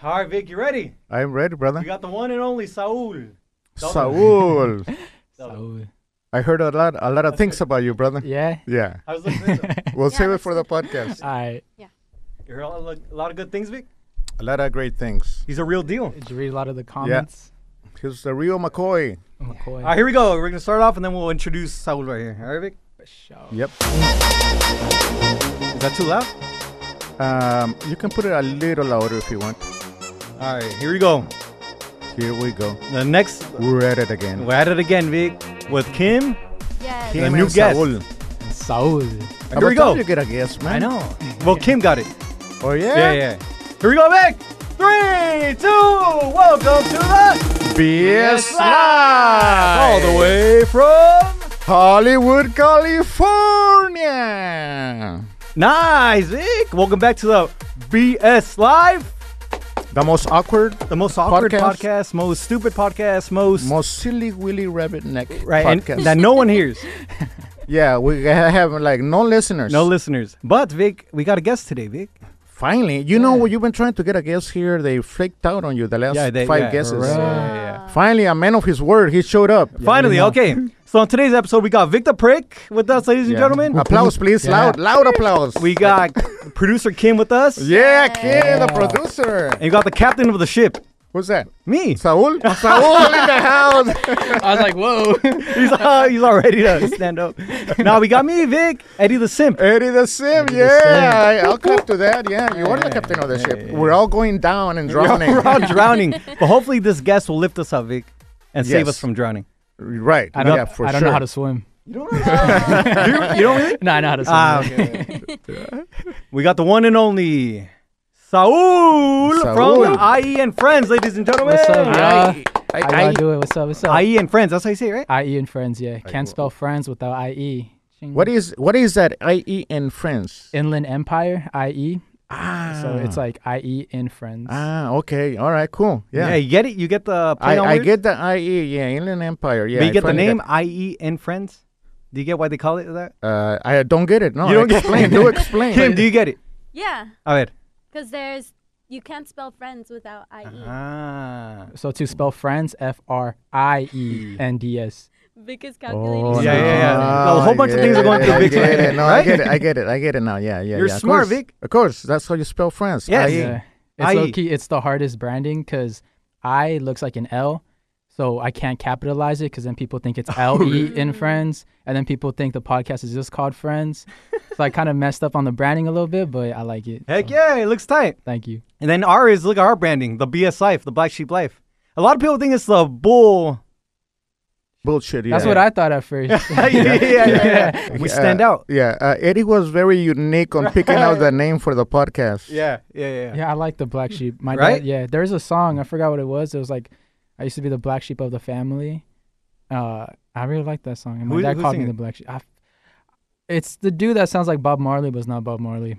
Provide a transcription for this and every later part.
Harvick, you ready? I am ready, brother. We got the one and only Saul. Saul. So- I heard a lot, a lot of things about you, brother. yeah. Yeah. I was listening. To, We'll Yeah, save it that's for the podcast. All right. you heard a lot, a lot of good things, Vic. A lot of great things. He's a real deal. Did you read a lot of the comments? Here's the real McCoy. McCoy. All right, here we go. We're gonna start off, and then we'll introduce Saul right here. All right, Vic. For sure. Yep. Is that too loud? Um, you can put it a little louder if you want. All right, here we go. Here we go. The next, We're at it again. we're at it again, Vic, with Kim. Yes. Kim. Him new and guest. Saul. Saul. Here we About time go. You get a guest, man. I know. Well, Kim got it. Oh yeah. Yeah, yeah. Here we go, Vic. Three, two, welcome to the BS all Live. the way from. Hollywood, California. Nice, Vic. Welcome back to the BS Live, The most awkward, the most awkward Podcast. podcast, most stupid podcast, most, most silly willy rabbit neck right and podcast. that no one hears, yeah, we ha- have like no listeners. no listeners. But Vic, we got a guest today, Vic. Finally, you know what? You've been trying to get a guest here. They flaked out on you the last they- five yeah, guesses. right. Yeah, yeah, Ah. Finally, a man of his word. He showed up. yeah. Finally, okay. So on today's episode, we got Victor Prick with us, ladies and Yeah. gentlemen. Applause, please. Yeah. Loud, loud applause. We got producer Kim with us, Yeah, kid, the producer. and you got the captain of the ship, Who's that? me. Saul? Saul in the house. I was like, whoa. He's, uh, he's all ready to stand up. now we got me, Vic, Eddie the Simp. Eddie the Sim, yeah. I- I'll clap to that. Yeah, you are the captain of the ship. We're all going down and drowning. We're all drowning, but hopefully this guest will lift us up, Vic, and save Yes. us from drowning. Right. I don't, yeah, for I don't sure. know how to swim. You don't you, don't really? No, I know how to swim. Ah, We got the one and only Saul, Saul. from IE and Friends, ladies and gentlemen. What's up, y'all? I, How I- y'all doing? What's up? What's up? IE and Friends, that's how you say it, right? IE and friends, yeah. Can't spell friends without IE. Ching. what is what is that? E IE in French. Inland Empire, IE. ah. So it's like IE in friends. ah. Okay. All right. Cool. Yeah. you get it? You get the play I, on I words? get the IE. Yeah. Inland Empire. Yeah. but I you get the finally name IE and Friends? Do you get why they call it that? uh, I don't get it. No. You don't get- explain. do explain. Kim, do you get it? Yeah. A ver. Because there's you can't spell friends without E. IE. Ah. So to spell friends, F R I E N D S. Because Oh, calculating. Yeah, yeah, yeah. no. A whole bunch of Yeah, things are going through I Vic's get head, it. No, I right? get it. I get it. I get it now. Yeah, yeah. You're yeah. Of smart, course. Vic. Of course. That's how you spell France. Yes. IE. Yeah. It's IE. low key, it's the hardest branding because I looks like an L. So I can't capitalize it because then people think it's Oh, L E in friends. And then people think the podcast is just called friends. so I kind of messed up on the branding a little bit, but I like it. Heck so yeah, it looks tight. Thank you. And then R is look at our branding, the BS life, the black sheep life. A lot of people think it's the bull. Bullshit. Yeah. That's what I thought at first. yeah, yeah, yeah, yeah. We Uh, stand out. Yeah, uh, Eddie was very unique on picking out the name for the podcast. Yeah, yeah, Yeah, I like the black sheep. My Right? dad, yeah. There's a song, I forgot what it was. It was like I used to be the black sheep of the family. Uh I really like that song. And my Who- dad who called sing me it? the black sheep. I, it's the dude that sounds like Bob Marley, but it's not Bob Marley.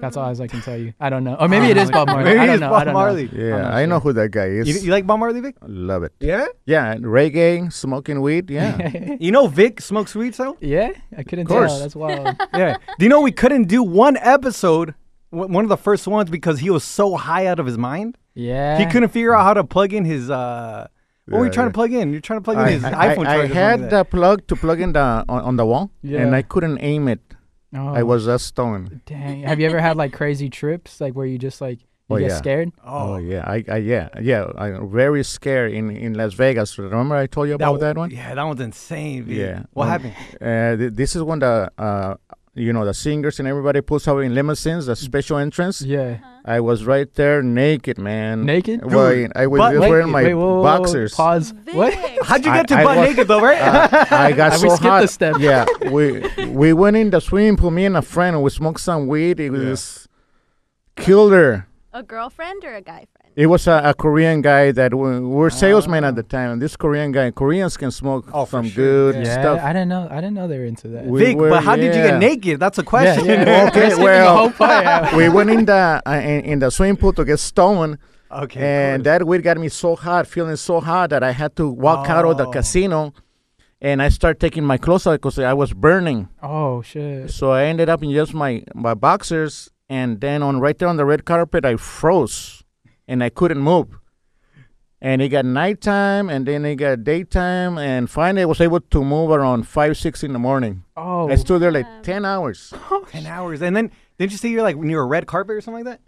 That's all I can tell you. I don't know. Or maybe it is Bob Marley. Maybe I don't it's know. I Bob don't know. Marley. Yeah, I'm not I know sure. who that guy is. You, you like Bob Marley, Vic? Love it. Yeah. Yeah, and reggae, smoking weed. Yeah. You know Vic smokes weed, so yeah, I couldn't course. tell. That's wild. yeah. Do you know we couldn't do one episode, w- one of the first ones, because he was so high out of his mind. yeah, He couldn't figure out how to plug in his. uh What were you Yeah, trying yeah. to plug in? You're trying to plug in I, his I- iPhone I- I charger. or something had like that. the plug to plug in the on, on the wall, and Yeah. I couldn't aim it. Oh, I was that stoned. Dang. Have you ever had like crazy trips, like where you just like you Oh, get yeah. scared? Oh, yeah, I, I yeah yeah. I'm very scared in in Las Vegas. Remember I told you about that, one? Yeah, that one's insane. Vic. Yeah. What Um, happened? Uh, th- this is when the uh, you know the singers and everybody pulls out in limousines, the special entrance. Mm. Yeah. I was right there naked, man. Naked? Well, Dude, I was butt just naked. wearing my Wait, whoa, whoa, whoa, boxers. Pause. What? How'd you I- get to I butt was- naked though, right? Uh, I got We so skipped hot. a step. Yeah, we we went in the swimming pool. Me and a friend. We smoked some weed. It was Yeah. just killed her. A girlfriend or a guy friend? It was a, a Korean guy that we, we were salesmen at the time. And this Korean guy, Koreans can smoke Ah. Oh, for some sure. good Yeah, stuff. I didn't know. I didn't know they were into that. We Vic, were- but how did you get yeah. naked? That's a question. yeah, yeah. Okay, We're skipping well- the whole part out. we went in the uh, in, in the swimming pool to get stoned, Okay. cool. and uh, that weed got me so hot, feeling so hot that I had to walk out of the Oh. casino, and I started taking my clothes out because I was burning. oh shit! So I ended up in just my, my boxers, and then on right there on the red carpet, I froze. and I couldn't move. And it got nighttime, and then it got daytime, and finally I was able to move around five, six in the morning. Oh, I stood there like ten hours. Ten hours, and then didn't you say you're like near a red carpet or something like that?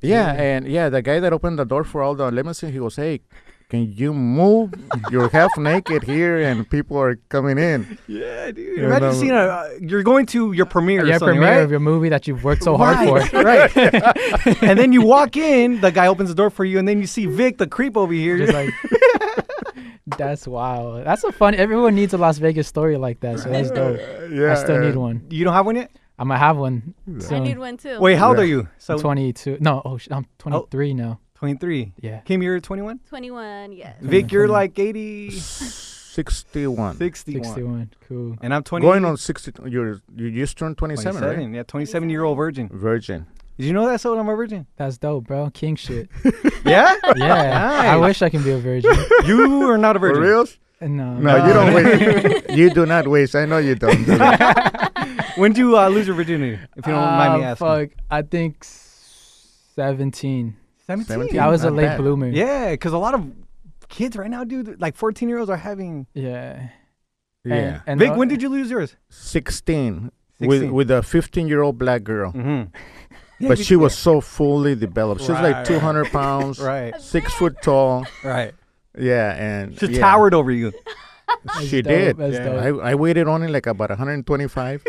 Yeah, and yeah, the guy that opened the door for all the limousine, he goes, "Hey, can you move? You're half naked here, and people are coming in." Yeah, dude. Yeah, Imagine that seeing a. Uh, you're going to your premiere. yeah, or something, premiere right? of your movie that you've worked so hard for. right. right. and then you walk in, the guy opens the door for you, and then you see Vic, the creep over here. Just like that's wild. That's a fun. Everyone needs a Las Vegas story like that, so that's dope. Yeah, Oh, I still need uh, one. you don't have one yet? I'm gonna have one I need soon. one too. Wait, how old Yeah. are you? So 22. No, oh, shit, I'm 23 now. 23. Yeah. Kim, you're 21? 21, yes. Vic, you're like 80, 61. 61. 61. Cool. And I'm 20. Going on 60. You're you just turned 27, 27, right? yeah, 27 year old virgin. Virgin. Did you know that? So I'm a virgin. That's dope, bro. King shit. Yeah, Yeah. I wish I can be a virgin. um, you are not a virgin. For reals? No. No, you don't waste. you do not waste. I know you don't. do that. When did you uh, lose your virginity? If you don't mind me Uh, asking. Fuck. I think s- 17. 17. 17? I was a Not late bad. bloomer. Yeah, because a lot of kids right now, dude, like 14 year olds are having. Yeah. yeah. And, and Vic, uh, when did you lose yours? 16, with 16. with a 15 year old black girl, Mm-hmm. but she was so fully developed. She's like 200 pounds, Right, six foot tall. right. Yeah, and She yeah. towered over you. She dope, did. that's Yeah. dope. I, I waited only like about 125.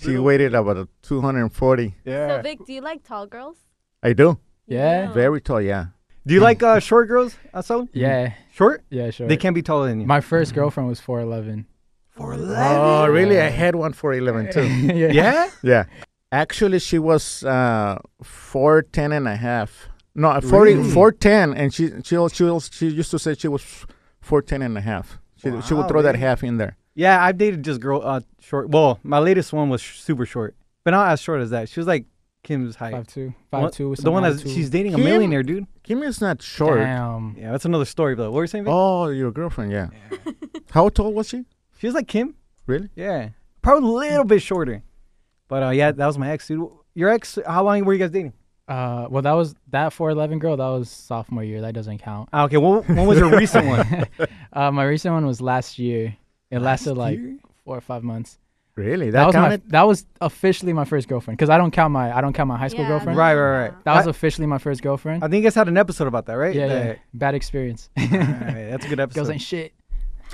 she waited about 240. Yeah. So, Vic, do you like tall girls? I do. You Yeah. do. Very tall, yeah. Do you like uh, short girls? Also, yeah. short. Yeah, sure. They can't be taller than you. My first girlfriend was 4'11. For Oh, really? I had one for 11 too. yeah. Yeah. Yeah. Actually, she was uh, 410 and a half. No, 40, Really? 410. And she, she, al- she, al- she used to say she was 410 and a half. She, she would Wow, throw that man. half in there. Yeah, I've dated just girl uh, short. Well, my latest one was sh- super short, but not as short as that. She was like Kim's height. 5'2. One- 5'2. with the some one that attitude. she's dating a Kim? millionaire, dude. Kimmy is not short. Damn. Yeah, that's another story. But what were you saying? Vic? Oh, your girlfriend, yeah. How tall was she? She was like Kim. Really? Yeah, probably a little bit shorter. But uh, yeah, that was my ex, dude. Your ex? How long were you guys dating? Uh, well, that was that 4'11 girl. That was sophomore year. That doesn't count. Ah, okay, well, when was your recent one? Uh, my recent one was last year. It lasted like year? four or five months. Really? That, That, was my counted? that was officially my first girlfriend because I don't count my I don't count my high school Yeah. girlfriend. right, right, right. That was I officially my first girlfriend. I think you guys had an episode about that, right? yeah, That- yeah. Bad experience. Alright, that's a good Girls episode. ain't shit.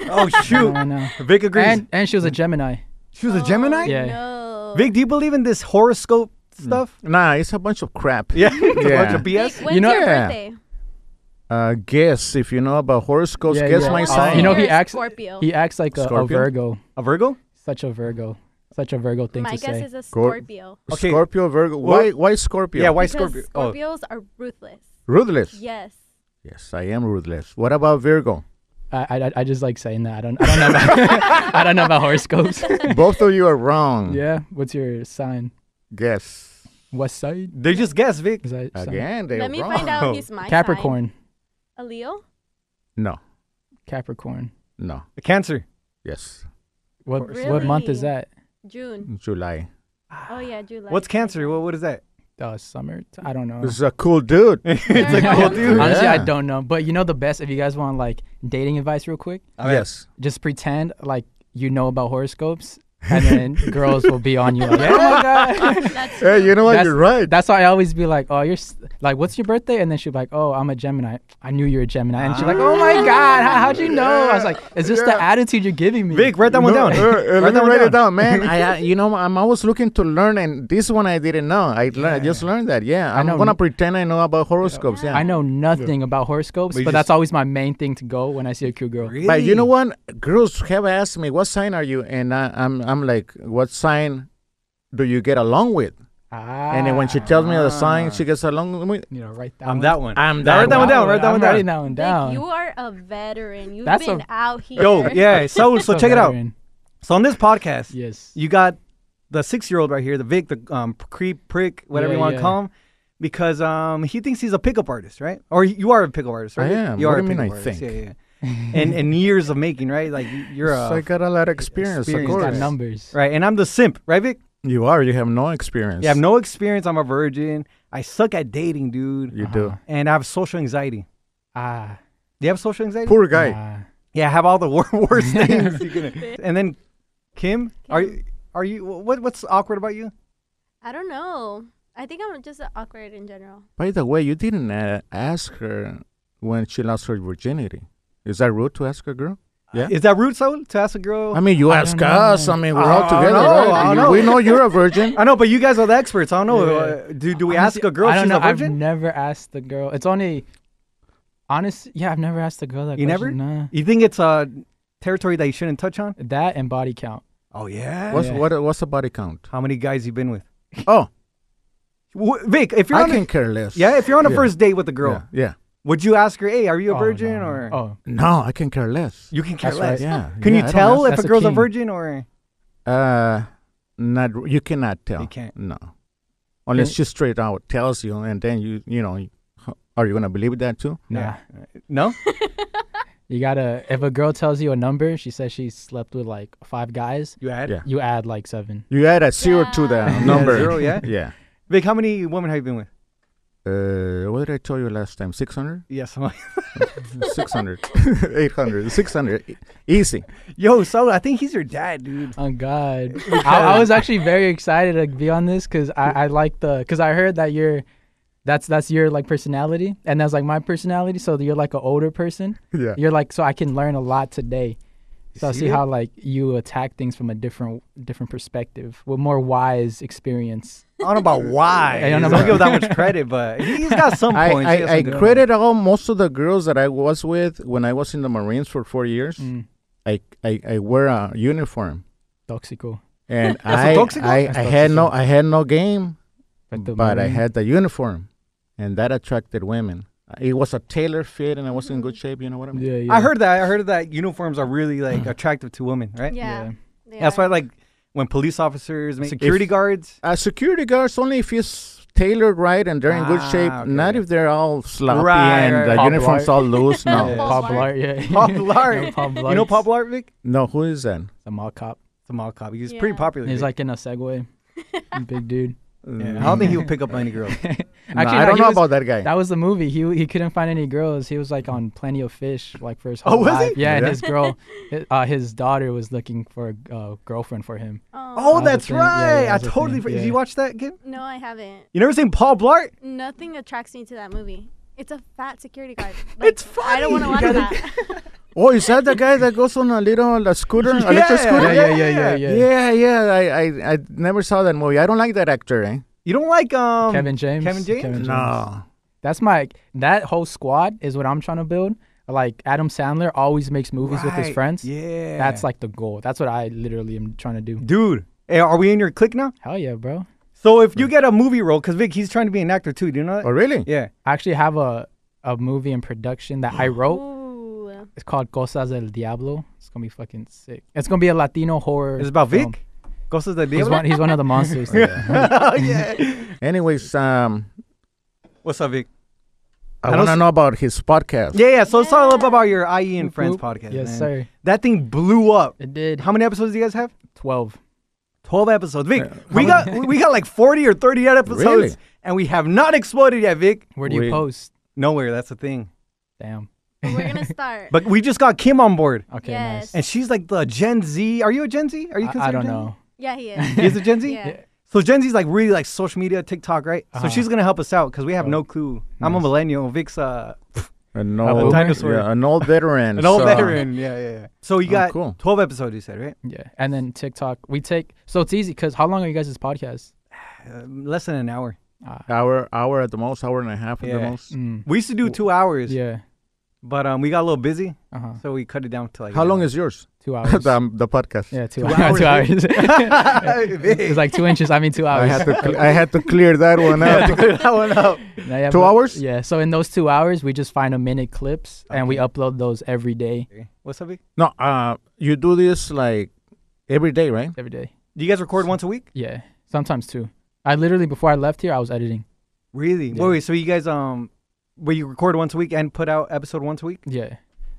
oh shoot, I know. Vic agrees. And and she was a Gemini. she was a Gemini. Yeah. Mm. No. Vic, do you believe in this horoscope stuff? Nah, it's a bunch of crap. Yeah, it's a bunch Yeah. of BS. When's You know- your Yeah. birthday? Uh, guess if you know about horoscopes, Yeah, guess yeah. Uh, my Oh, sign. You know You're he a acts Scorpio. he acts like a, a Scorpio? Virgo. A Virgo? Such a Virgo. Such a Virgo thing to My guess say. is a Cor- Scorpio. Okay. Scorpio, Virgo. Well- Why? Why Scorpio? Yeah, why Because Scorpio? Oh, Scorpios are ruthless. Ruthless. Yes. Yes, I am ruthless. What about Virgo? I, I I just like saying that. I don't I don't know about I don't know about horoscopes. Both of you are wrong. yeah. What's your sign? Guess West side? they just guessed, Vic. Is that sign? again. They are Let me wrong. find out who's my sign. Capricorn. A Leo? No, Capricorn. no. Cancer. Yes, What Really? what month is that? Mm. June. July. Oh, yeah, July. What's Cancer? What, what is that? Uh, summer. t- I don't know. This is a cool dude. it's a cool "Oh, dude. Honestly, I Yeah. don't know. But you know the best if you guys want like dating advice real quick, yes. just pretend like you know about horoscopes and then girls will be on you like, "Oh my god." That's Hey, you know what? That's- You're right. That's why I always be like, "Oh, you're s- like what's your birthday?" And then she'll be like, "Oh, I'm a Gemini. I knew you were a Gemini." And she's like, "Oh Ah. my god, how, how'd you know?" I was like, "Is this the Yeah. attitude you're giving me?" Vic, write that one No, down. uh, uh, write let me that one write it down. down, man. I, I, you know, I'm always looking to learn, and this one I didn't know. I, learned, I just learned that. Yeah, I'm know. gonna pretend I know about horoscopes. Yeah, I know nothing about horoscopes, But you but that's just- always my main thing to go when I see a cute girl. Really? But you know what? Girls have asked me, "What sign are you?" And I, I'm, I'm like, "What sign do you get along with?" Ah, And then when she tells me the sign she gets along with, you know, write that I'm one. that one. I'm Now write that that one one. down. Write that I'm one down. writing that one Vic, down. you are a veteran. You've That's a- been out here. Yo, yeah. So, so So check it out. veteran. So on this podcast, Yes. you got the six-year-old right here, the Vic, the um, creep, prick, whatever Yeah, you want to yeah. call him, because um, he thinks he's a pickup artist, right? Or y- you are a pickup artist, I right? am. You What are do a you mean pickup I artist. think? Yeah, yeah. yeah. and and years of making, right? Like y- you're so I a got a lot of experience. experience. Of He's course, got numbers. right, and I'm the simp, right, Vic? you are. You have no experience. You have no experience. I'm a virgin. I suck at dating, dude, You do. Uh-huh. and I have social anxiety. Ah. Do you have social anxiety? Poor guy. ah. Yeah, I have all the wor- worst things. you can. And then, Kim, are Kim. you? Are you? What? What's awkward about you? I don't know. I think I'm just awkward in general. By the way, you didn't uh, ask her when she lost her virginity. Is that rude to ask a girl? Yeah. Is that rude, Saul, to ask a girl? I mean, you I ask don't us. know. I mean, we're I all don't together, know, Oh, I right? don't You- know. We know you're a virgin. I know, but you guys are the experts. I don't know. Uh, do do we ask Honestly, a girl I if don't she's know. a virgin? I've never asked the girl. It's only honest. Yeah, I've never asked the girl that. You never? question. Nah. you think it's a territory that you shouldn't touch on? That and body count. Oh yeah. What's Yeah. what? What's the body count? How many guys you been with? Oh, W- Vic, if you're I on can a, care less. yeah, if you're on a Yeah. first date with a girl, Yeah, yeah. would you ask her, "Hey, are you a Oh, virgin?" no. Or oh, No, I can care less. you can care That's less. right. Yeah. Can yeah, you I don't tell if ask- that's a the girl's a key. virgin or? Uh, not r- you cannot tell. You can't. No, unless she Can- straight out tells you, and then you you know, you- are you gonna believe that too? nah. Yeah. No. You gotta. If a girl tells you a number, she says she slept with like five guys. You had Yeah. You add like seven. You add a zero to Yeah. the Yeah, number. zero, yeah? Yeah. Vic, how many women have you been with? Uh, what did I tell you last time? 600? Yes. 600. 800. 600. E- Easy. Yo, Saul, I think he's your dad, dude. Oh God! I, I was actually very excited to be on this because I, I like the because I heard that you're, that's that's your like personality and that's like my personality. So you're like an older person. Yeah. You're like so I can learn a lot today. So I See see it? how like you attack things from a different different perspective with more wise experience. I don't know about why. I I don't don't, know give him that much credit, but he- he's got some I, points. He has I, I some good credit all most of the girls that I was with when I was in the Marines for four years. Mm. I, I, I wear a uniform. Toxico. And That's I, a toxic- I, That's I had toxic. no I had no game, the but I Marine- had the uniform, and that attracted women. It was a tailor fit, and I was in good shape. You know what I mean? Yeah, ones. yeah. Mm-hmm. I heard that. I heard that uniforms are really like attractive to women, right? Yeah. they That's are. why, like, when police officers, make security If- guards, Uh, security guards only if it's tailored right and they're in good Ah, shape. okay. Not if they're all sloppy Right, and right, the right. uniforms all loose. No, Yeah, Paul Paul Blart, Blart. yeah. Paul Blart. Yeah, Paul Blart. you know, Pop Blart, Vic, no. Who is that? The mall cop. it's a mall cop. He's pretty Yeah. popular. He's Vic. like mm-hmm. in a Segway. Big dude. Yeah, I don't think he'll pick up any girls. No, Actually, I no, don't he know was- about that guy. That was the movie. He he couldn't find any girls. He was like on Plenty of Fish, like for his Oh, whole was he? life. Yeah, and Yeah. his girl, hi- uh, his daughter was looking for a uh, girlfriend for him. Oh, That was a that's thing. Yeah, yeah, right. that I was a totally. thing. forgot. Yeah. Did you watch that kid? Um, No, I haven't. You never seen Paul Blart? Nothing attracts me to that movie. It's a fat security guard. It's I don't want to funny. watch You that. oh, is that the guy that goes on a little uh, scooter, electric Yeah, scooter? yeah, yeah, yeah. Yeah, yeah. I, I, I never saw that movie. I don't like that actor. Eh? You don't like um Kevin James. Kevin James? No. That's my that whole squad is what I'm trying to build. Like Adam Sandler always makes movies with his Right, friends. Yeah, That's like the goal. That's what I literally am trying to do. dude. Hey, are we in your clique now? Hell yeah, bro. So if you get a movie role, because Vic, he's trying to be an actor too. Do you know that? Oh, really? Yeah. I actually have a a movie in production that I wrote. Ooh. It's called Cosas del Diablo. It's gonna be fucking sick. It's gonna be a Latino horror. It's about film. Vic. Ghosts of the He's Devil. one, he's one of the monsters. oh, yeah. Anyways, um, What's up, Vic? I I, don't want to s- know about his podcast. Yeah, yeah. So it's all up about your IE and Whoop, Friends whoop. podcast. Yes, man. sir. That thing blew up. It did. How many episodes do you guys have? 12. 12 episodes. Vic, we got we- we got like 40 or 30 episodes Really? and we have not exploded yet, Vic. Where do you We- post? Nowhere, that's the thing. Damn. But We're gonna start. But we just got Kim on board Okay, Yes. nice. and she's like the Gen Z. Are you a Gen Z? Are you I- considered I, don't Gen Z? know. yeah, he is. He is a Gen Z? Yeah. So Gen Z's like really like social media, TikTok, right? Uh-huh. So she's gonna help us out because we have Oh, no clue. I'm a nice. millennial. Vic's uh, An A old, dinosaur. yeah, an old veteran. an old so- veteran. Yeah, yeah, yeah. So you Oh, got cool. 12 episodes, you said, right? Yeah. And then TikTok. We take, so it's easy because how long are you guys' podcast? Uh, less than an hour. Ah. Hour, hour at the most, hour and a half at the Yeah. most. mm, We used to do two hours, yeah. but um, we got a little busy, Uh huh. so we cut it down to like. How long is yours? Two hours. the, um, the podcast. yeah, two, Two hours. two hours, hours. Vic. it's like two inches. I mean, two I hours. had to cle- I had to clear that one up. that one up. Now you have two to- hours? Yeah. So in those two hours, we just find a minute clips and we Okay. upload those every day. What's up, Vic? No, uh, you do this like every day, right? Every day. Do you guys record once a week? Yeah. Sometimes two. I literally, before I left here, I was editing. Really? Yeah. Wait, wait, so you guys um, where you record once a week and put out episode once a week? Yeah,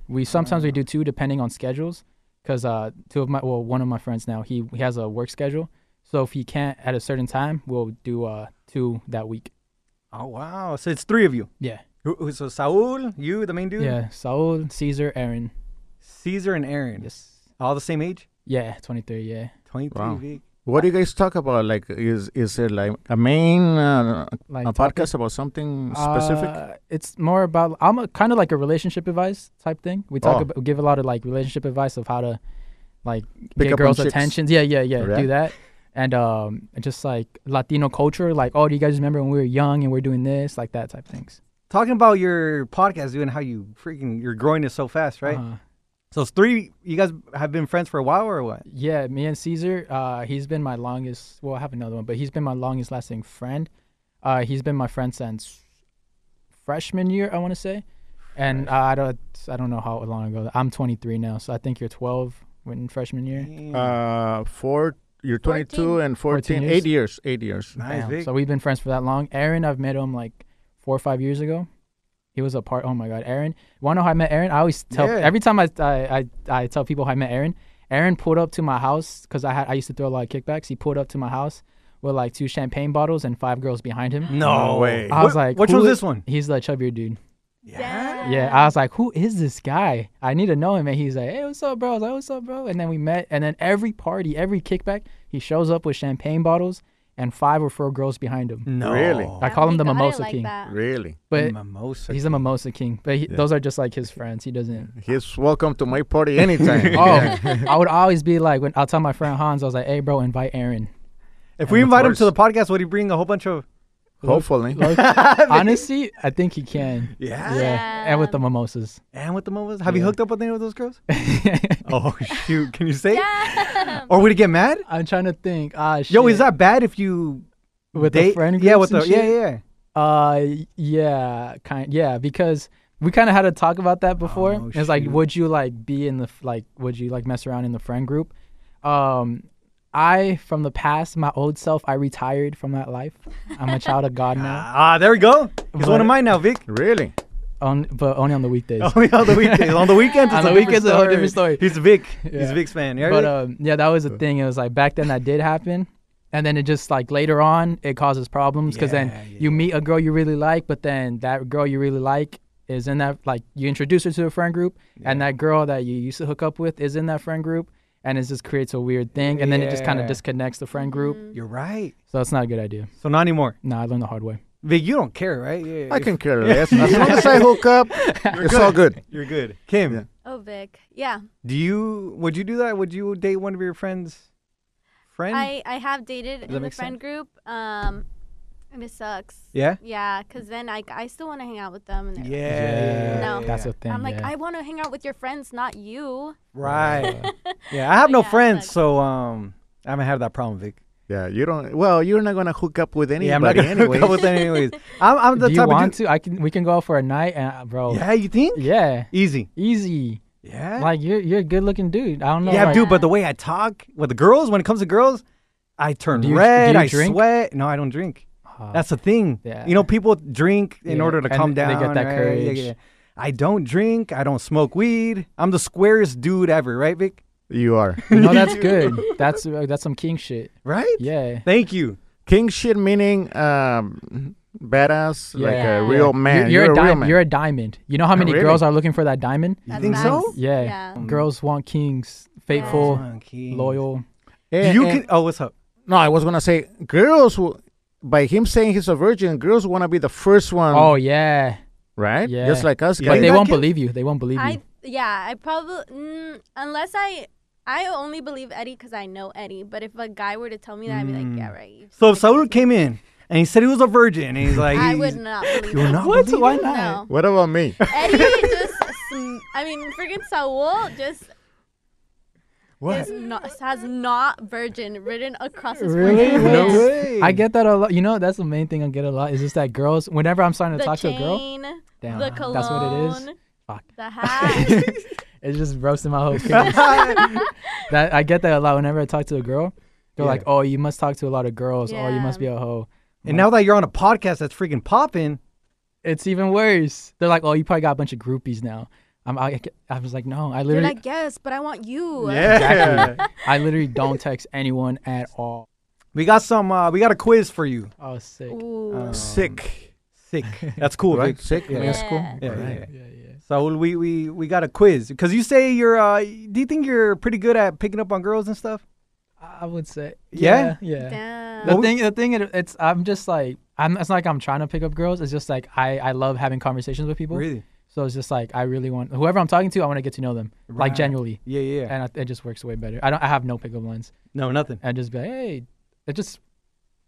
we sometimes we do two depending on schedules. Cause uh, two of my well, one of my friends now he he has a work schedule, so if he can't at a certain time, we'll do uh two that week. Oh wow! So it's three of you. Yeah. Who- who- So Saul, you, the main dude. Yeah. Saul, Caesar, Aaron. Caesar and Aaron. Yes. All the same age. Yeah, 23. Yeah. Twenty-three. Wow. Vic. What do you guys talk about? Like, is is it like a main uh, Like a topic- podcast about something specific? Uh, it's more about I'm a, kind of like a relationship advice type thing. We talk Oh. about give a lot of like relationship advice of how to like Pick get up on girls' chicks. attention. Yeah, yeah, yeah. Right. Do that. And um, and just like Latino culture, like oh, do you guys remember when we were young and we are doing this, like that type of things, Talking about your podcast, doing how you freaking you're growing it so fast, right? Uh-huh. So it's three. You guys have been friends for a while, or what? Yeah, me and Caesar, uh, he's been my longest. Well, I have another one, but he's been my longest lasting friend. Uh, he's been my friend since freshman year, I want to say. And uh, I don't, I don't know how long ago. I'm 23 now, so I think you're 12 when freshman year. Damn. Uh, four. You're 22 14. and 14, 14 eight years, eight years. nice, Damn, Vic. So we've been friends for that long. Aaron, I've met him like four or five years ago. He was a part. Oh my God, Aaron! Want to know how I met Aaron? I always tell Yeah. every time I, I I I tell people how I met Aaron. Aaron pulled up to my house because I had I used to throw a lot of kickbacks. He pulled up to my house with like two champagne bottles and five girls behind him. no No way. way. I was like, which who was is- this one? He's the chubbier dude. Yeah. Yeah, I was like, who is this guy? I need to know him. And he's like, hey, what's up, bro? I was like, what's up, bro? And then we met. And then every party, every kickback, he shows up with champagne bottles and five or four girls behind him. No. Really? Yeah, I call him we the got it mimosa like king. that. Really? But Mimosa. he's a mimosa king. But he, Yeah. those are just like his friends. He doesn't. He's welcome to my party anytime. Oh, I would always be like, when I'll tell my friend Hans, I was like, hey, bro, invite Aaron. if we of invite him course. to the podcast, would he bring a whole bunch of? Hopefully. Like, honestly, I think he can. Yeah. Yeah. And with the mimosas. And with the mimosas, have you Yeah. hooked up with any of those girls? I'm oh shoot! Can you say? Yeah. Or would he get mad? trying to think. Ah, Yo, is shit. that bad if you with date? the friend yeah, with groups the and yeah, shit? yeah. Uh, yeah, kind. Yeah, because we kind of had to talk about that before. Oh, it's like, shoot. would you like be in the f- like? Would you like mess around in the friend group? Um, I from the past, my old self, I retired from that life. I'm a child of God now. Ah, there we go. He's one But- of mine now, Vic. Really? On but only on the weekdays. Only on the weekends. on the weekends, it's On a the different weekends, a whole different story. He's Vic. He's Yeah. Vic's fan. Yeah, But um, yeah, that Uh. was the thing. It was like back then that did happen, and then it just like later on it causes problems because Yeah, then yeah, you meet a girl you really like, but then that girl you really like is in that like you introduce her to a friend group, and that girl that you used to hook up with is in that friend group, and it just creates a weird thing, and then it just kind Yeah. of disconnects the friend group. Mm-hmm. you're right. So it's not a good idea. So not anymore. No, I learned the hard way. Vic, you don't care, right? Yeah, I if- can care less. As long as I hook up, it's all good. You're good. Kim, Yeah. Oh, Vic. Yeah. do you? Would you do that? Would you date one of your friends? Friend? I, I have dated that in the make sense? friend group. Um, and it sucks. yeah. Yeah, because then I, I still want to hang out with them. Yeah. And they're like- yeah, No. yeah, that's yeah. a thing. I'm like, yeah. I want to hang out with your friends, not you. right. yeah, I have no Yeah, friends, sucks. so um, I haven't had that problem, Vic. Yeah, you don't. Well, you're not gonna hook up with anybody yeah, I'm not gonna anyway. hook up with them anyways. I'm, I'm the do you type want of to? I can. We can go out for a night, and uh, bro. dude. Yeah, you think? yeah, Easy. easy. Yeah. Like you're you're a good looking dude. I don't know. yeah, like, dude. But the way I talk with the girls, when it comes to girls, I turn Do you- do red. you I drink? sweat. No, I don't drink. Ah. That's the thing. Yeah. You know, people drink in Yeah, order to and calm they down. get that right? courage. I don't drink. I don't smoke weed. I'm the squarest dude ever, right, Vic? you are No, that's good. That's uh, that's some king shit. Right? Yeah. Thank you. king shit, meaning um, badass, like Yeah. a real man. You're, You're, a, real diamond. man. You're a diamond. You know how many really? girls are looking for that diamond? You That's think so? facts. Yeah. Yeah. Girls want kings, faithful, Monkey. loyal. Do And- you and- can. Oh, what's up? no, I was gonna say girls. who- By him saying he's a virgin, girls wanna be the first one, oh yeah. right? yeah. Just like us. But But guys. Like they that won't kid- believe you. They won't believe I you. yeah, I probably mm, unless I I only believe Eddie because I know Eddie. But if a guy were to tell me that, I'd be like, Mm. yeah, right. you So if just like- Saul came in and he said he was a virgin, and he's like, I he's- would not believe. You would him. not What? believe Why it? not? No, What about me? Eddie just. Sm- I mean, freaking Saul just What? is not, has not virgin written across his Really? forehead. No Yes. Yes. way. I get that a lot. You know, that's the main thing I get a lot is just that girls. Whenever I'm starting to The talk to a girl, chain, damn, the cologne, that's what it is. Fuck. the hat. It's just roasting my whole face. that I get that a lot whenever I talk to a girl. They're Yeah. like, "Oh, you must talk to a lot of girls. Oh, you Yeah. must be a hoe." And now that you're on a podcast that's freaking popping, It's even worse. They're like, "Oh, you probably got a bunch of groupies now." I'm, I, I was like, "No, I You're literally, like, yes, but I want you. Exactly. I literally don't text anyone at all." we got some. Uh, we got a quiz for you. Oh, I was sick. Ooh. Uh, Sick. Sick. That's cool, right? Vic. Sick. Yeah. Yeah. That's cool. Yeah, Right. yeah, yeah. Yeah, yeah. So we we we got a quiz because you say you're. uh Do you think you're pretty good at picking up on girls and stuff? I would say. Yeah? Yeah. yeah. Damn. The Well, we- thing, the thing, it- it's I'm just like I'm. It's not like I'm trying to pick up girls. It's just like I, I love having conversations with people. Really? So it's just like I really want whoever I'm talking to. I want to get to know them Right. like genuinely, Yeah, yeah. yeah. and I, it just works way better. I don't. I have no pickup lines. No, nothing. I just be like, hey, it just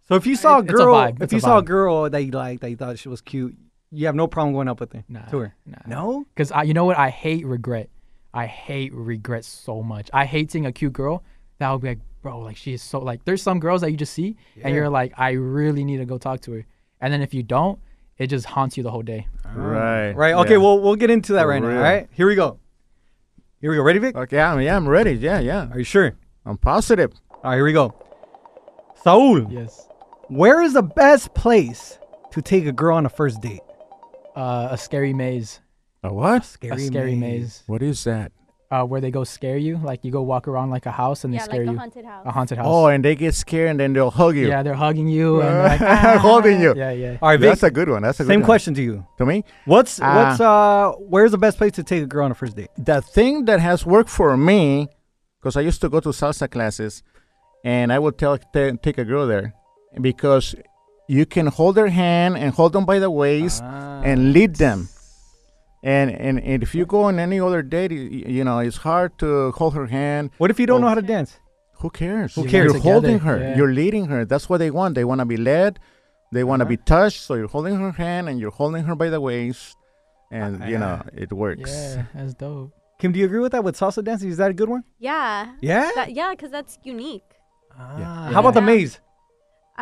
So if you saw a It's a girl, vibe. if It's you a saw a vibe. girl that you liked, that you thought she was cute, you have no problem going up with her. nah. To her. No. Because I, you know what? I hate regret. I hate regret so much. I hate seeing a cute girl that I'll be like, bro, like she is so like. There's some girls that you just see and you're like, I really need to go talk to her. And then if you don't, it just haunts you the whole day. Right. Right. Okay. Yeah. Well, we'll get into that For right now. real. All right. Here we go. Here we go. Ready, Vic? Okay. I'm, yeah, I'm ready. Yeah, yeah. Are you sure? I'm positive. All right. Here we go. Saul, Yes. where is the best place to take a girl on a first date? Uh, a scary maze. A what? Scary, a scary maze. What is that? Uh, where they go scare you. Like you go walk around like a house and Yeah, they scare like a you. haunted house. a haunted house. Oh, and they get scared and then they'll hug you. yeah, they're hugging you and they're like, "Ah." Holding you. Yeah, yeah. All right, Vic. That's a good one. That's a good same one. question to you. to me. What's Ah. what's uh where's the best place to take a girl on a first date? The thing that has worked for me, because I used to go to salsa classes, and I would tell ta- take a girl there, because you can hold their hand and hold them by the waist Ah. and lead them. And, and and if you go on any other date, you, you know it's hard to hold her hand. What if you don't Well- know how to dance? Who cares? Who cares? You're holding Together, her. yeah. You're leading her. That's what they want. They want to be led. They Uh-huh. want to be touched. So you're holding her hand and you're holding her by the waist, and you know it works. Ah, Yeah, that's dope. Kim, do you agree with that with salsa dancing? Is that a good one? Yeah. Yeah. That, yeah, because that's unique. Ah, Yeah. How about the Yeah. maze?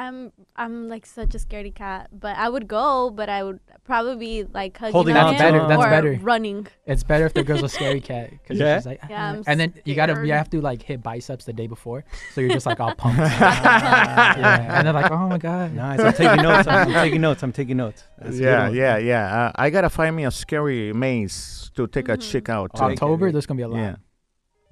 I'm I'm like such a scaredy cat, but I would go, but I would probably be like hugging Holding on on him to him. That's or better. running. It's better if the girl's a scary cat because Yeah? she's like, Yeah, "Ah." I'm and then you gotta you scared. have to like hit biceps the day before, so you're just like all pumped. yeah. And they're like, oh my god. Nice. I'm taking notes. I'm, I'm taking notes. I'm taking notes. That's a good yeah, one. yeah, yeah. Uh, I gotta find me a scary maze to take a chick Mm-hmm. out. Oh, To. Take October, it. there's gonna be a lot. yeah,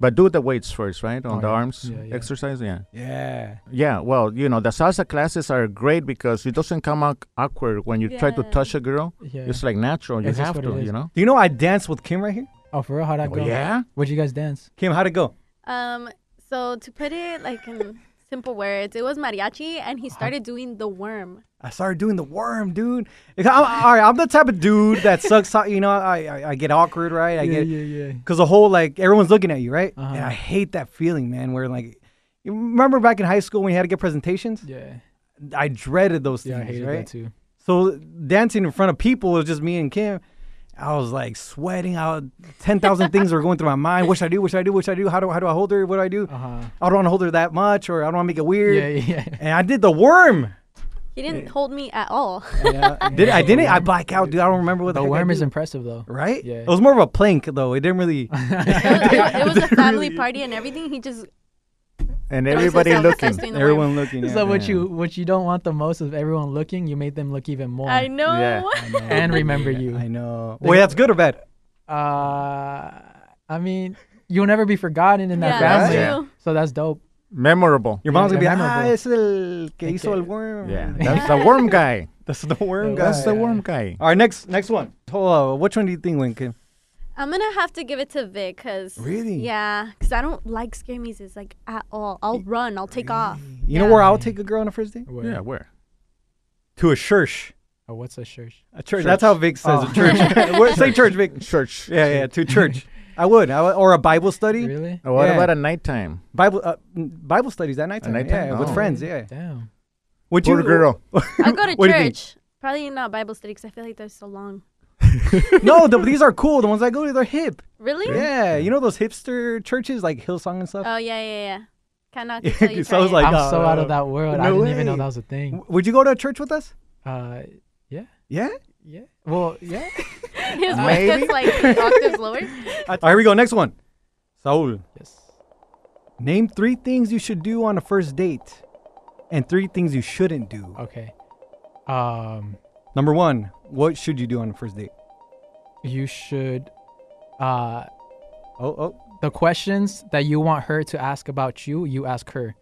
but do the weights first, right? On Oh, the yeah. arms Yeah, yeah. exercise. Yeah, Yeah. yeah. Well, you know, the salsa classes are great because it doesn't come out awkward when you try to Yeah. touch a girl. Yeah. It's like natural. You It's just have what to, it is. you know. Do you know I danced with Kim right here? oh, for real, how'd that go? Oh, yeah. Would you guys dance? Kim, how'd it go? Um, so to put it like in simple words, it was mariachi, Uh-huh. and he started doing the worm. I started doing the worm, dude. Like, I'm, all right, I'm the type of dude that sucks. You know, I I, I get awkward, right? I get yeah, because the whole like everyone's looking at you, right? And Uh-huh. I hate that feeling, man. Where like, you remember back in high school when you had to get presentations? yeah, yeah. I dreaded those Yeah, I things, hated right? that too. So dancing in front of people was just me and Kim. I was like sweating. out ten thousand things were going through my mind. What should I do? What should I do? What should I do? How do how do I hold her? What do I do? Uh huh. I don't want to hold her that much, or I don't want to make it weird. Yeah, yeah. And I did the worm. He didn't hold me at all. yeah. Did I didn't? I black out, dude. I don't remember what the, The heck I worm is did. impressive though. right. Yeah. It was more of a plank though. It didn't really. it, was, it was a family party and everything. He just And throws everybody himself- starts looking. doing the worm. Everyone looking. So Yeah. what you what you don't want the most is everyone looking. You made them look even more I know. Yeah. and remember you. I know. They Wait, got- that's good or bad? Uh, I mean, you'll never be forgotten in that Yeah, that's family. true. So that's dope. Memorable. Your mom's gonna Yeah, be like, ah, memorable. es el que Okay. hizo el worm. Yeah, that's the worm guy. That's the worm guy. That's the Mm. Yeah. worm guy. All right, next next one. Hold on, which one do you think went, Kim? I'm gonna have to give it to Vic because Really? yeah, because I don't like scare mazes like at all. I'll run. I'll take off. You know where I'll take a girl on a first date? Word. Yeah, where? To a church. Oh, what's a church? A church. Church. That's how Vic says Oh. a church. Where- Say church, Vic. Church. Yeah, yeah, to church. I would. I would. Or a Bible study. Really? What Yeah. about at nighttime? Bible uh, n- Bible studies at nighttime. nighttime? Yeah, with Oh. friends. Yeah. Damn. Would Poor girl. I go to What do you think? church. Probably not Bible study because I feel like they're so long. no, the, these are cool. The ones I go to, they're hip. Really? Yeah, you know those hipster churches like Hillsong and stuff. Oh yeah, yeah, yeah. Cannot. Yeah, Until you so I try was it. like- I'm uh, so out of that world. I no didn't even know way. that was a thing. W- would you go to a church with us? Uh, yeah, Yeah. yeah. Well, yeah. his voice gets like eight octaves lower. All right, here we go. Next one. Saul, yes. name three things you should do on a first date, and three things you shouldn't do. Okay. Um, Number one, what should you do on a first date? you should. Uh, Oh, oh, the questions that you want her to ask about you, you ask her,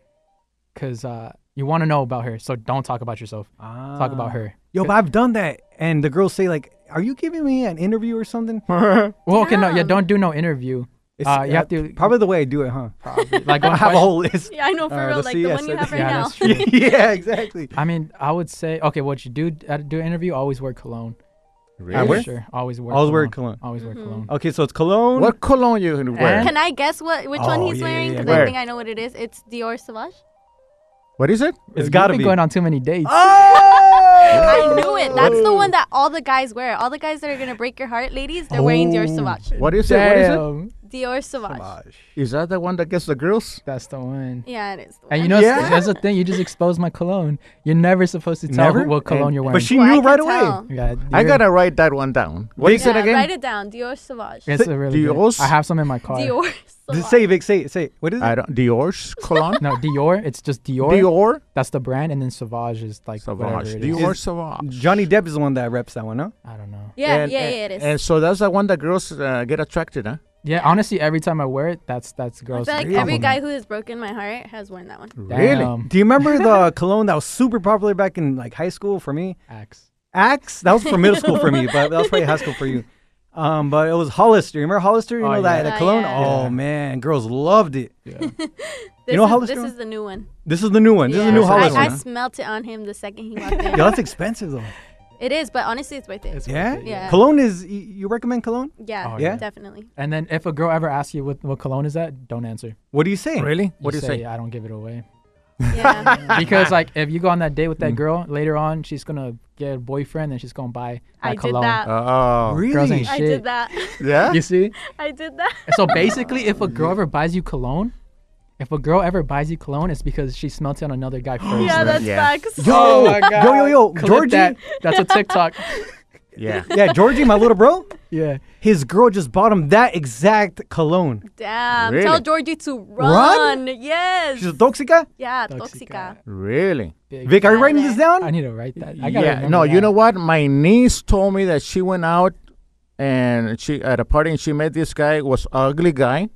cause uh, You want to know about her, so don't talk about yourself. Talk Ah. about her. Yo, but I've done that, and the girls say like, "Are you giving me an interview or something?" Well, okay, no, yeah, Damn. don't do no interview. It's, Uh, you have to probably the way I do it, huh? like I one have a question- whole list. Yeah, I know for Uh, real. the Like the one you CS have right Yeah, now. that's true. yeah, exactly. I mean, I would say okay. What you do at do an interview? Always wear cologne. I For wear- Sure. Always wear. Always cologne. wear cologne. Always wear Mhm. cologne. Okay, so it's cologne. What cologne you wear? And- Can I guess what which one Oh, he's yeah, yeah, wearing? yeah. Because Where? I think I know what it is. It's Dior Sauvage. what is it? It's You've gotta been be. going on too many dates. Oh! Oh! I knew it. That's the one that all the guys wear. All the guys that are gonna break your heart, ladies, they're wearing Dior Oh. Sauvage. What is it? What is Damn, Dior Sauvage. Sauvage. it? Is that the one that gets the girls? that's the one. Yeah, it is. the And you one. know, Yeah. that's the thing. You just exposed my cologne. You're never supposed to tell Never? who what cologne you're wearing. But she Well, I knew can right away. tell. yeah, I you're- gotta write that one down. What Big- is it Yeah, again? Write it down. Dior Sauvage. It's a really. good- Dior's? I have some in my car. Dior Sauvage. Just say it, Vic. Say it. Say it. What is I it? don't. Dior's cologne. No, Dior. It's just Dior. Dior. That's the brand, and then Sauvage is like whatever Sauvage. it is. Dior Is- Sauvage. Johnny Depp is the one that reps that one, huh? I don't know. Yeah, And- yeah, and- yeah, it is. And Uh, so that's the one that girls uh, get attracted, huh? Yeah, honestly, every time I wear it, that's that's I girls. feel like Really? every guy who has broken my heart has worn that one. Really? Damn, Do you remember the cologne that was super popular back in like high school for me? Axe. Axe. That was for middle school for me, but that was probably high school for you. Um, but it was Hollister. You remember Hollister? You Oh, know yeah. that the Oh, cologne. yeah. Oh Yeah. man, girls loved it. Yeah. This know is, how this this is the new one. This is the new one. This is Yeah. the new I- Hollister. I, huh? smelt it on him the second he walked in. Yo, that's expensive though. It is, but honestly, it's worth it. It's worth Yeah? it, Yeah. Cologne is. y- You recommend cologne? yeah, Oh, yeah. definitely. And then if a girl ever asks you what, what cologne is that, don't answer. What do you say? Really? What do you say? I don't give it away. Yeah. because like if you go on that date with that girl, later on she's gonna get a boyfriend and she's gonna buy that I did cologne. that. Oh. Really? Girls ain't I Shit. did that. Yeah. You see? I did that. So basically, if a girl ever buys you cologne, if a girl ever buys you cologne, it's because she smelt it on another guy first. Yeah, that's Yeah. facts. Yo, yo, yo, yo, Oh Clip Georgie. that. That's a TikTok. Yeah. Yeah, Georgie, my little bro. yeah. His girl just bought him that exact cologne. Damn. Really? Tell Georgie to Run? run. Yes. She's a toxica. yeah, Toxica. toxica. Really? Big. Vic, are you writing this I down? need to write that. I gotta remember No, you that. know what? My niece told me that she went out and she at a party and she met this guy was ugly guy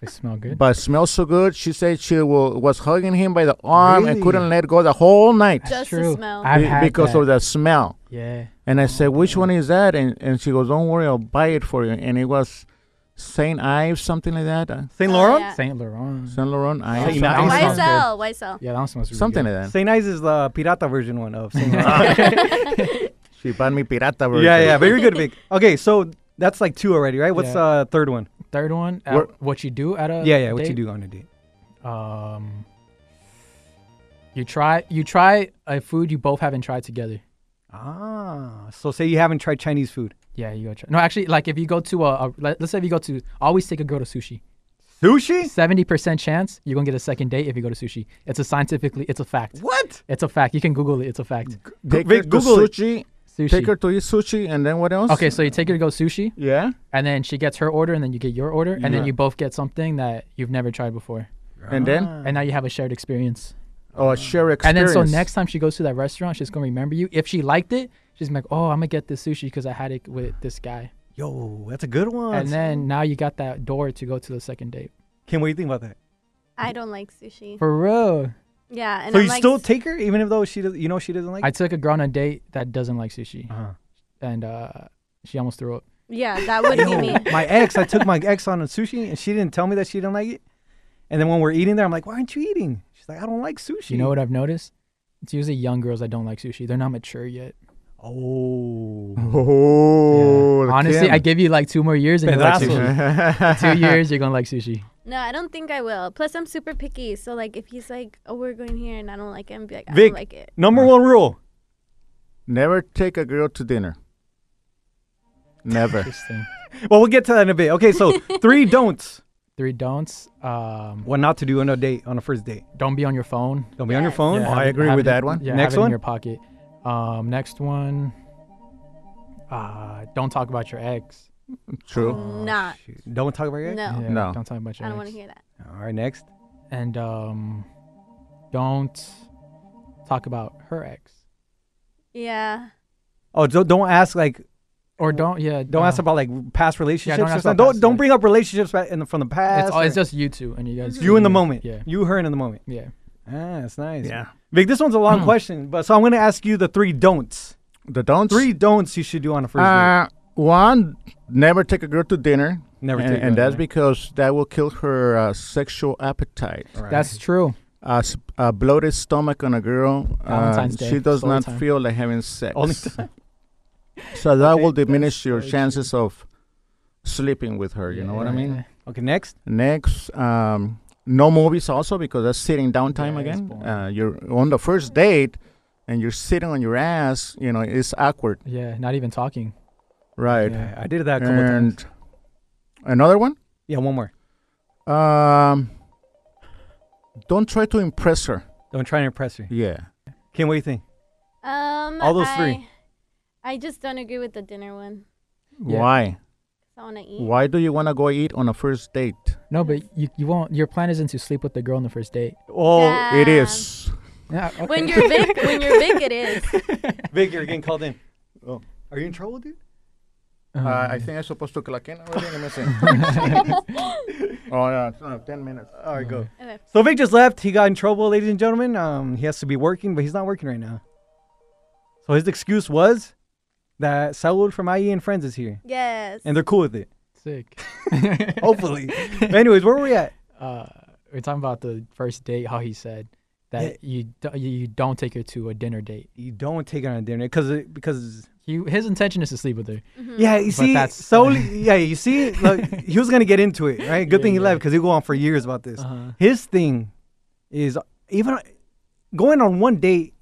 They smell good. but smells so good she said she will, was hugging him by the arm Really? and couldn't let go the whole night Just the True. smell. I've be- had because that. of the smell Yeah. and i said which one is that and, and she goes don't worry i'll buy it for you and it was saint ives something like that uh, Saint Oh, Laurent. yeah. Saint Laurent. saint laurent ives Saint something Ives. like Why sounds that. sell? Why sell? Yeah, that one smells really something good. like that Saint Ives is the pirata version one of Saint Laurent. she bought me pirata version. yeah, yeah, very good, Vic. Okay, so that's like two already, right? What's Yeah. uh third one? Third one, uh, Where- what you do at a yeah, yeah. What you date? do on a date? Um, you try you try a food you both haven't tried together. Ah, so say you haven't tried Chinese food. Yeah, you go try. No, actually, like if you go to a, a let, us say if you go to always take a girl to sushi. Sushi? Seventy percent chance you're gonna get a second date if you go to sushi. It's a scientifically, it's a fact. What? It's a fact. You can Google it. It's a fact. Take Vic, her to Google it. sushi. Sushi. Take her to eat sushi, and then what else? okay, so you take her to go sushi, Yeah. and then she gets her order, and then you get your order, and Yeah. then you both get something that you've never tried before, And then? Ah. and now you have a shared experience. Oh, share And experience. then so next time she goes to that restaurant, she's gonna remember you. If she liked it, she's gonna be like, "Oh, I'm gonna get this sushi because I had it with this guy." yo, that's a good Oh, one. and then now you got that door to go to the second date. Kim, what do you think about that? I don't like sushi. For real, Yeah. And so I'm you like, still take her, even if though she does, you know she doesn't like. I took a girl on a date that doesn't like sushi, uh and uh, she almost threw up. yeah, that would be Yo, me. my ex, I took my ex on a sushi and she didn't tell me that she didn't like it. And then when we're eating there, I'm like, why aren't you eating? She's like, I don't like sushi. You know what I've noticed? It's usually young girls that don't like sushi. They're not mature yet. Oh. Oh, the Honestly, I Kim. give you like two more years and you like sushi. Pedazos. two years, you're gonna like sushi. No, I don't think I will. Plus, I'm super picky. So, like, if he's like, oh, we're going here and I don't like it, I'm be like, I Vic. don't like it. Number one rule. never take a girl to dinner. Never. Interesting. Well, we'll get to that in a bit. Okay, so three don'ts. Three don'ts. Um, What not to do on a date, on a first date. don't be on your phone. Don't be on your Yes. phone. Yeah, Oh, I have it- agree have with it- that one. Yeah, Next have it one? in your pocket. Um, next one. Uh, don't talk about your ex. Oh. True. Not. Shoot. Don't talk about your ex? No. Yeah, No. Don't talk about your I don't ex. want to hear that. All right, next. And um, don't talk about her ex. Yeah. Oh, don't, don't ask like Or don't yeah. don't uh, ask about like past relationships. or ask something. about don't past, don't like- bring up relationships back in the, from the past. It's, all, it's or- just you two and you guys. you in the yeah, moment. Yeah. You her in the moment. Yeah. Ah, that's nice. Yeah. Vic, this one's a long question, but so I'm gonna ask you the three don'ts. The don'ts. Three don'ts you should do on a first date. Uh, one, never take a girl to dinner. Never and, take a girl and to that's dinner. because that will kill her uh, sexual appetite. Right. That's true. A, s- a bloated stomach on a girl. Uh, Valentine's Day, she does solo not time. feel like having sex. only so that will Okay, that's diminish your very true. chances of sleeping with her. You know what I mean? Okay, next. Next, um, no movies also because that's sitting down time Yeah, it's again. boring. Uh, you're on the first date and you're sitting on your ass. You know, it's awkward, Yeah, not even talking. right? Yeah, I did that a couple times. and another one. Yeah, one more. Um, don't try to impress her. Don't try and impress her. Yeah. Kim, what do you think? Um, All those I, three. I just don't agree with the dinner one. Yeah. Why? 'Cause I want to eat. Why do you want to go eat on a first date? No, but you, you won't. Your plan isn't to sleep with the girl on the first date. Oh, it Yeah. is. Yeah. Okay. When you're big, when you're big, it is. Vic, you're getting called in. Oh. Are you in trouble, dude? Um, Uh, I think I'm supposed to clock in already. Let me see. oh, yeah, it's, uh, 10 minutes. All right, go. Okay. So Vic just left. He got in trouble, ladies and gentlemen. Um, he has to be working, but he's not working right now. So his excuse was that Saul from IE and Friends is here, Yes. and they're cool with it. sick. Hopefully. Anyways, where were we at? uh, we're talking about the first date. How he said that you do, you you don't take her to a dinner date. You don't take it on a dinner because it, because He his intention is to sleep with her. yeah, you see, that's- Saul. yeah, you see, like, he was gonna get into it, right? Good Yeah, thing he yeah. left because he'll go on for years about this. Uh-huh. His thing is even going on one date.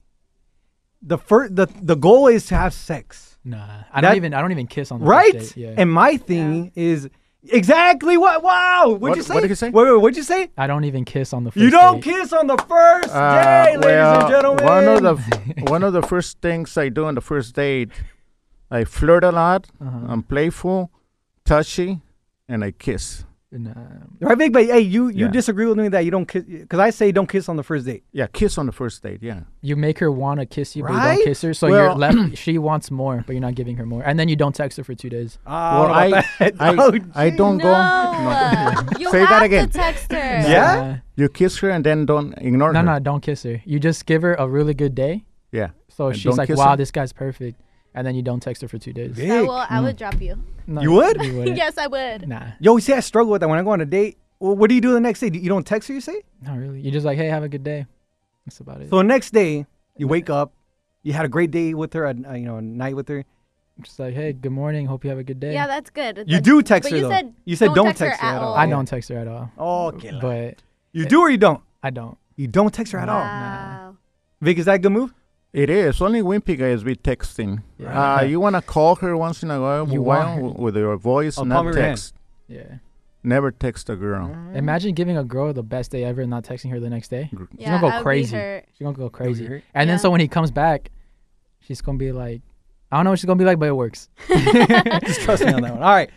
The first the the goal is to have sex. Nah, I That- don't even I don't even kiss on the right? First date. Yeah, And my thing is exactly what. Wow, what'd What- you say? what did you say? Wait, wait, what'd you say? I don't even kiss on the first. you don't date. kiss on the first Uh, day, ladies and gentlemen. One of the f- one of the first things I do on the first date, I flirt a lot. Uh-huh. I'm playful, touchy, and I kiss. Nah. right, Vic, but hey, you you Yeah. disagree with me that you don't kiss because I say don't kiss on the first date. Yeah, kiss on the first date. Yeah. you make her want to kiss you, but you Right? don't kiss her. So you're Well- left. She wants more, but you're not giving her more. And then you don't text her for two days. Ah, Well, I, don't know I- about that. I, Oh, I gee. don't no. go. you Say have that again. to text her. Yeah? You kiss her and then don't ignore No, her. no, don't kiss her. You just give her a really good day. Yeah. So And she's don't like, kiss "Wow, her? this guy's perfect," and then you don't text her for two days. Vic. I will. I would drop you. No, You would? wouldn't. yes, I would. Nah, Yo, you see, I struggle with that when I go on a date. Well, what do you do the next day? You don't text her, you say? not really. You just like, "Hey, have a good day." That's about it. So the next day, you wake up, you had a great day with her, a, a, you know, a night with her. just like, "Hey, good morning. Hope you have a good day." Yeah, that's good. You That- do text but her you though. said you said don't don't text her text her at at all. Oh, all. I don't text her at all, Okay. la- but You do or you don't? I don't. You don't text her at all. Wow. Vic, is that a good move? It is only wimpy guys be texting. Yeah. Uh, you wanna call her once in a while, You while want- with your voice, Oh, palm not of your hand. text. Yeah. Never text a girl. Mm. Imagine giving a girl the best day ever and not texting her the next day. Yeah, gonna go I would be crazy. hurt. She's gonna go crazy. hurt? And Yeah. then so when he comes back, she's gonna be like, I don't know what she's gonna be like, but it works. Just trust me on that one. All right,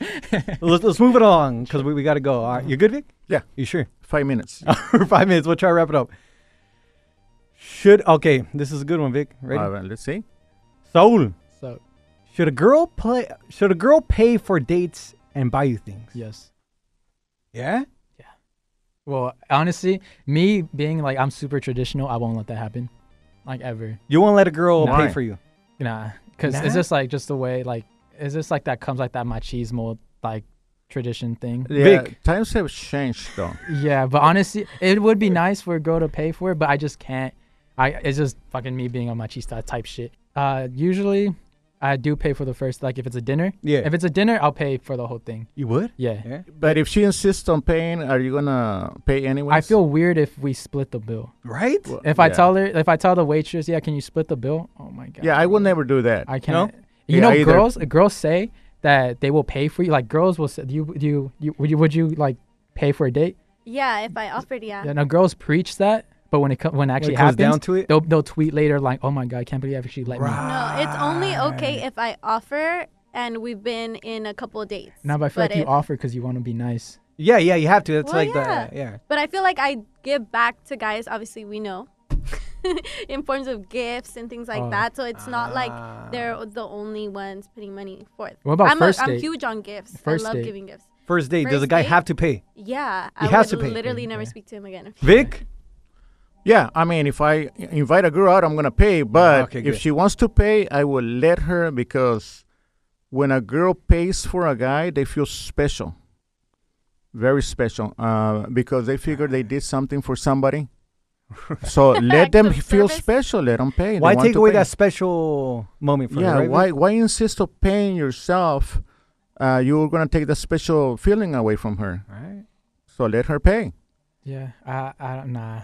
let's, let's move it along because we, we got to go. All right, you good, Vic? Yeah. You sure? Five minutes. Oh, For five minutes, we'll try to wrap it up. Should okay, this is a good one, Vic. Ready? Uh, let's see. Saul, So should a girl play? Should a girl pay for dates and buy you things? yes. Yeah. Well, honestly, me being like I'm super traditional, I won't let that happen, like ever. You won't let a girl Why? pay for you. Nah, because Nah? it's just like just the way like is this like that comes like that machismo like tradition thing. Yeah, Vic. times have changed though. Yeah, but honestly, it would be nice for a girl to pay for it, but I just can't. I it's just fucking me being a machista type shit. Uh, usually, I do pay for the first like if it's a dinner. Yeah. If it's a dinner, I'll pay for the whole thing. You would? Yeah. Yeah. But if she insists on paying, are you gonna pay anyway? I feel weird if we split the bill. Right? If I tell her, if I tell the waitress, yeah, can you split the bill? Oh my god. Yeah, I will never do that. I can't. You Yeah, know, either. girls, girls say that they will pay for you. Like girls will say, do you, do you, you, would you, would you like pay for a date? Yeah, if I offered, yeah. Yeah, now girls preach that, but when it co- when it actually comes happens, down to it? they'll they'll tweet later like, "Oh my god, I can't believe I actually let me." No, it's only okay Ah. if I offer and we've been in a couple of dates. Now, but I feel like you if- offer because you want to be nice. Yeah, yeah. You have to. That's Well, like yeah. the yeah. But I feel like I give back to guys. Obviously, we know in forms of gifts and things like Oh. that. So it's not Ah. like they're the only ones putting money forth. What about I'm first I'm date? huge on gifts. First I love date. giving gifts. First date. does First a guy date? have to pay? Yeah, He I has would to pay. literally never Yeah. speak to him again. Vic, Yeah, I mean, if I invite a girl out, I'm gonna pay. But Ah, okay, if good. she wants to pay, I will let her because when a girl pays for a guy, they feel special, very special, uh, because they figure they did something for somebody. so let them Acts of feel service. special. Let them pay. They Why want take to away pay. that special moment for her, Yeah. right? Why? Why insist on paying yourself? Uh, you're gonna take the special feeling away from her. Right. So let her pay. Yeah, I, I don't nah.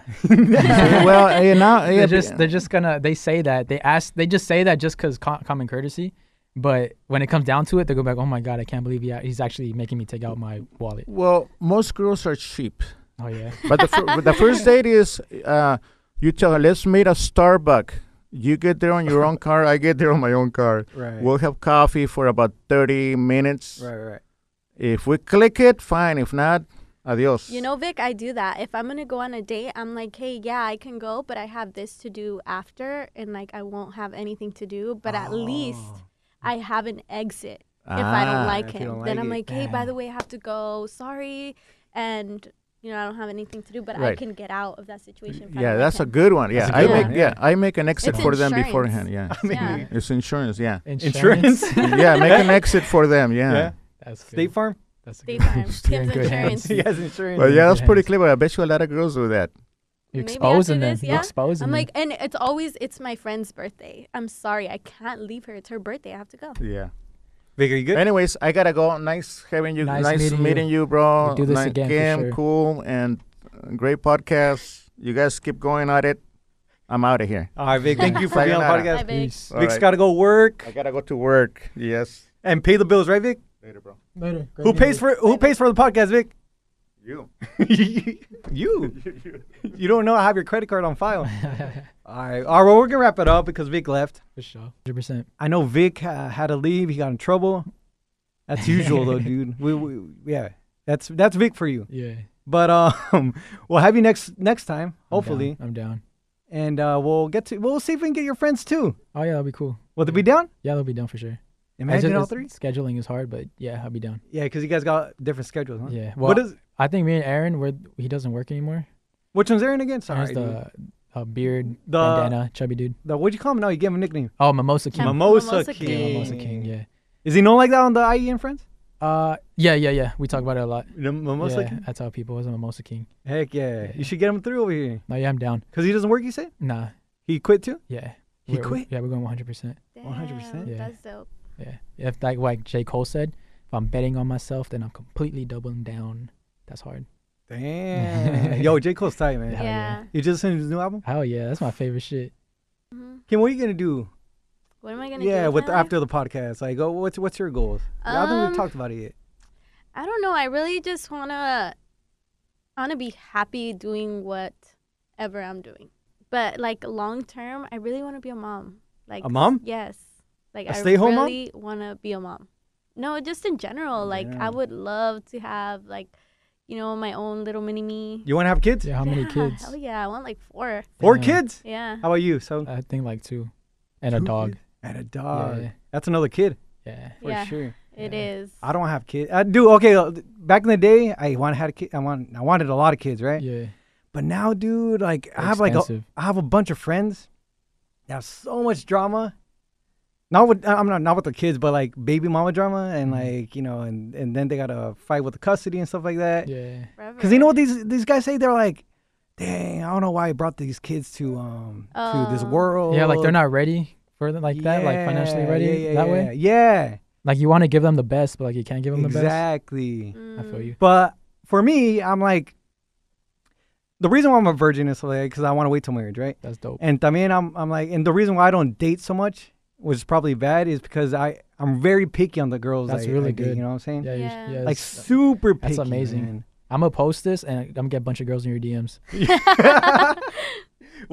well, you know, yeah, they're just they're just gonna they say that they ask they just say that just because co- common courtesy, but when it comes down to it, they go back. Oh my god, I can't believe he, he's actually making me take out my wallet. well, most girls are cheap. Oh yeah, But the, fir- the first date is uh, you tell her, let's meet at Starbucks. You get there on your own car, I get there on my own car. Right. We'll have coffee for about 30 minutes. right. Right. If we click it, fine. If not, adios. You know, Vic, I do that. If I'm gonna go on a date, I'm like, hey, yeah, I can go, but I have this to do after, and like, I won't have anything to do. But at least Oh. Oh. I have an exit if I Ah, don't like if you him. don't then like I'm it. like, hey, by the way, I have to go. Sorry, and you know, I don't have anything to do, but I Right. can get out of that situation. if Yeah, I don't like that's a him." good one. Yeah, That's a I good make one, yeah. yeah. I make an exit It's for them insurance. beforehand. Yeah, I mean, Yeah. it's insurance. Yeah, insurance. yeah, make an exit for them. Yeah. yeah. That's good. State Farm. That's a They good. find You're in Kim's good hands. insurance. He has insurance. But yeah, that's pretty Hands. clever. I bet you a lot of girls do that. You're Maybe exposing after them. this, You're yeah. exposing I'm them. like, and it's always it's my friend's birthday. I'm sorry, I can't leave her. It's her birthday. I have to go. Yeah. Vic, are you good? Anyways, I gotta go. Nice having you. Nice, Nice meeting, meeting you, bro. We'll do this Nice again for Kim, sure. cool and uh, great podcast. You guys keep going at it. I'm out of here. All right, Vic. Thank you for being on the Sayonara. Bye, podcast. Vic. Peace. All Vic's right. got to go work I gotta go to work. Yes. and pay the bills, right, Vic? Later, bro. Later. Who pays for Who pays for the podcast, Vic? You. you. You don't know I have your credit card on file. All right. All right. Well, we're gonna wrap it up because Vic left. For sure. Hundred percent. I know Vic uh, had to leave. He got in trouble. That's usual though, dude. We, we yeah. That's that's Vic for you. Yeah. But um, we'll have you next next time, I'm hopefully, down. I'm down. and uh, we'll get to. We'll see if we can get your friends too. Oh yeah, that'll be cool. Will they be down? Yeah, that'll be down for sure. I Imagine just- all it's- three. Scheduling is hard, but yeah, I'll be down. Yeah, because you guys got different schedules. Huh? Yeah. Well, What is I think me and Aaron, we're, he doesn't work anymore. which one's Aaron again? Sorry, Aaron's dude. the, the uh, beard, The- bandana, chubby dude. what'd you call him? No, you gave him a nickname. Oh, Mimosa King. Mim- Mimosa, Mimosa King. yeah, King. Mimosa King. Yeah. Is he known like that on the IE and Friends? Uh, yeah, yeah, yeah. We talk about it a lot. The Mimosa yeah, King. I tell people it's a Mimosa King. Heck yeah. Yeah. You should get him through over here. No, yeah, I'm down. Cause he doesn't work. You say Nah, he quit too. yeah. He We're- quit? Yeah, we're going 100. percent Damn, 100%. Yeah. That's dope. Yeah. If like like J Cole said, if I'm betting on myself, then I'm completely doubling down. That's hard. Damn. Yo, J Cole's tight, man. Yeah. Yeah. Hell You just listened to his new album. Hell yeah, that's my favorite shit. Mhm. Kim, what are you gonna do? What am I gonna do? yeah, with, with my life? after the podcast, like, oh, what's what's your goals? I don't think Um, we talked about it yet. I don't know. I really just wanna, I wanna be happy doing whatever I'm doing. But like long term, I really wanna be a mom. Like A mom? Yes. Like A I stay-at-home mom? really wanna be a mom. No, just in general. Like Yeah. I would love to have like, you know, my own little mini me. You want to have kids? Yeah, how many Yeah, kids? Hell yeah, I want like four. Four Damn. kids? Yeah. How about you? So I think like two, and a Two dog. kids. and a dog. Yeah. That's another kid Yeah. for yeah. sure. It Yeah. is. I don't have kids. I do. Okay, uh, back in the day, I wanted had a kid. I want I wanted a lot of kids, right? Yeah. But now, dude, like I They're have like a, expensive. I have a bunch of friends. They have so much drama. Not with I'm not not with the kids, but like baby mama drama, and Mm-hmm. like you know, and and then they gotta fight with the custody and stuff like that. Yeah. Because you know what these these guys say? They're like, "Dang, I don't know why I brought these kids to um to this Oh. world." Yeah, like they're not ready for the, like that, like Yeah, financially ready yeah, yeah, that yeah. way. Yeah, Like you want to give them the best, but like you can't give them the best. exactly. Mm. I feel you. But for me, I'm like, the reason why I'm a virgin is like because I want to wait till marriage, right? That's dope. And I mean, I'm I'm like, and the reason why I don't date so much, which is probably bad, is because I I'm very picky on the girls. That's I- I really date, good. you know what I'm saying? Yeah. you sh- Yeah. yeah Mm. Like that's- super picky. that's amazing. man. I'm gonna post this and I'm gonna get a bunch of girls in your DMs. They're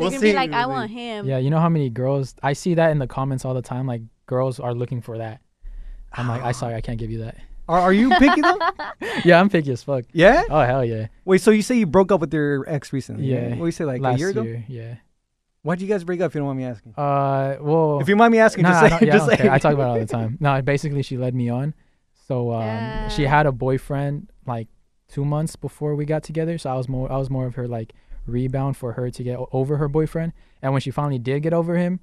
gonna be like, I want him. Yeah, you know how many girls I see that in the comments all the time. Like girls are looking for that. I'm like, I sorry, I can't give you that. Are, are you picky though? Yeah, I'm picky as fuck. yeah. Oh hell yeah, Wait, so you say you broke up with your ex recently? Yeah. What do you say, like last a year ago? Yeah. Why'd you guys break up? If you don't want me asking. Uh, well, If you mind me asking, nah, just say. I, don't, yeah, just I, don't say. care. I talk about it all the time. No, basically she led me on. So um, she Yeah. had a boyfriend like two months before we got together. So I was more I was more of her like rebound for her to get o- over her boyfriend. And when she finally did get over him,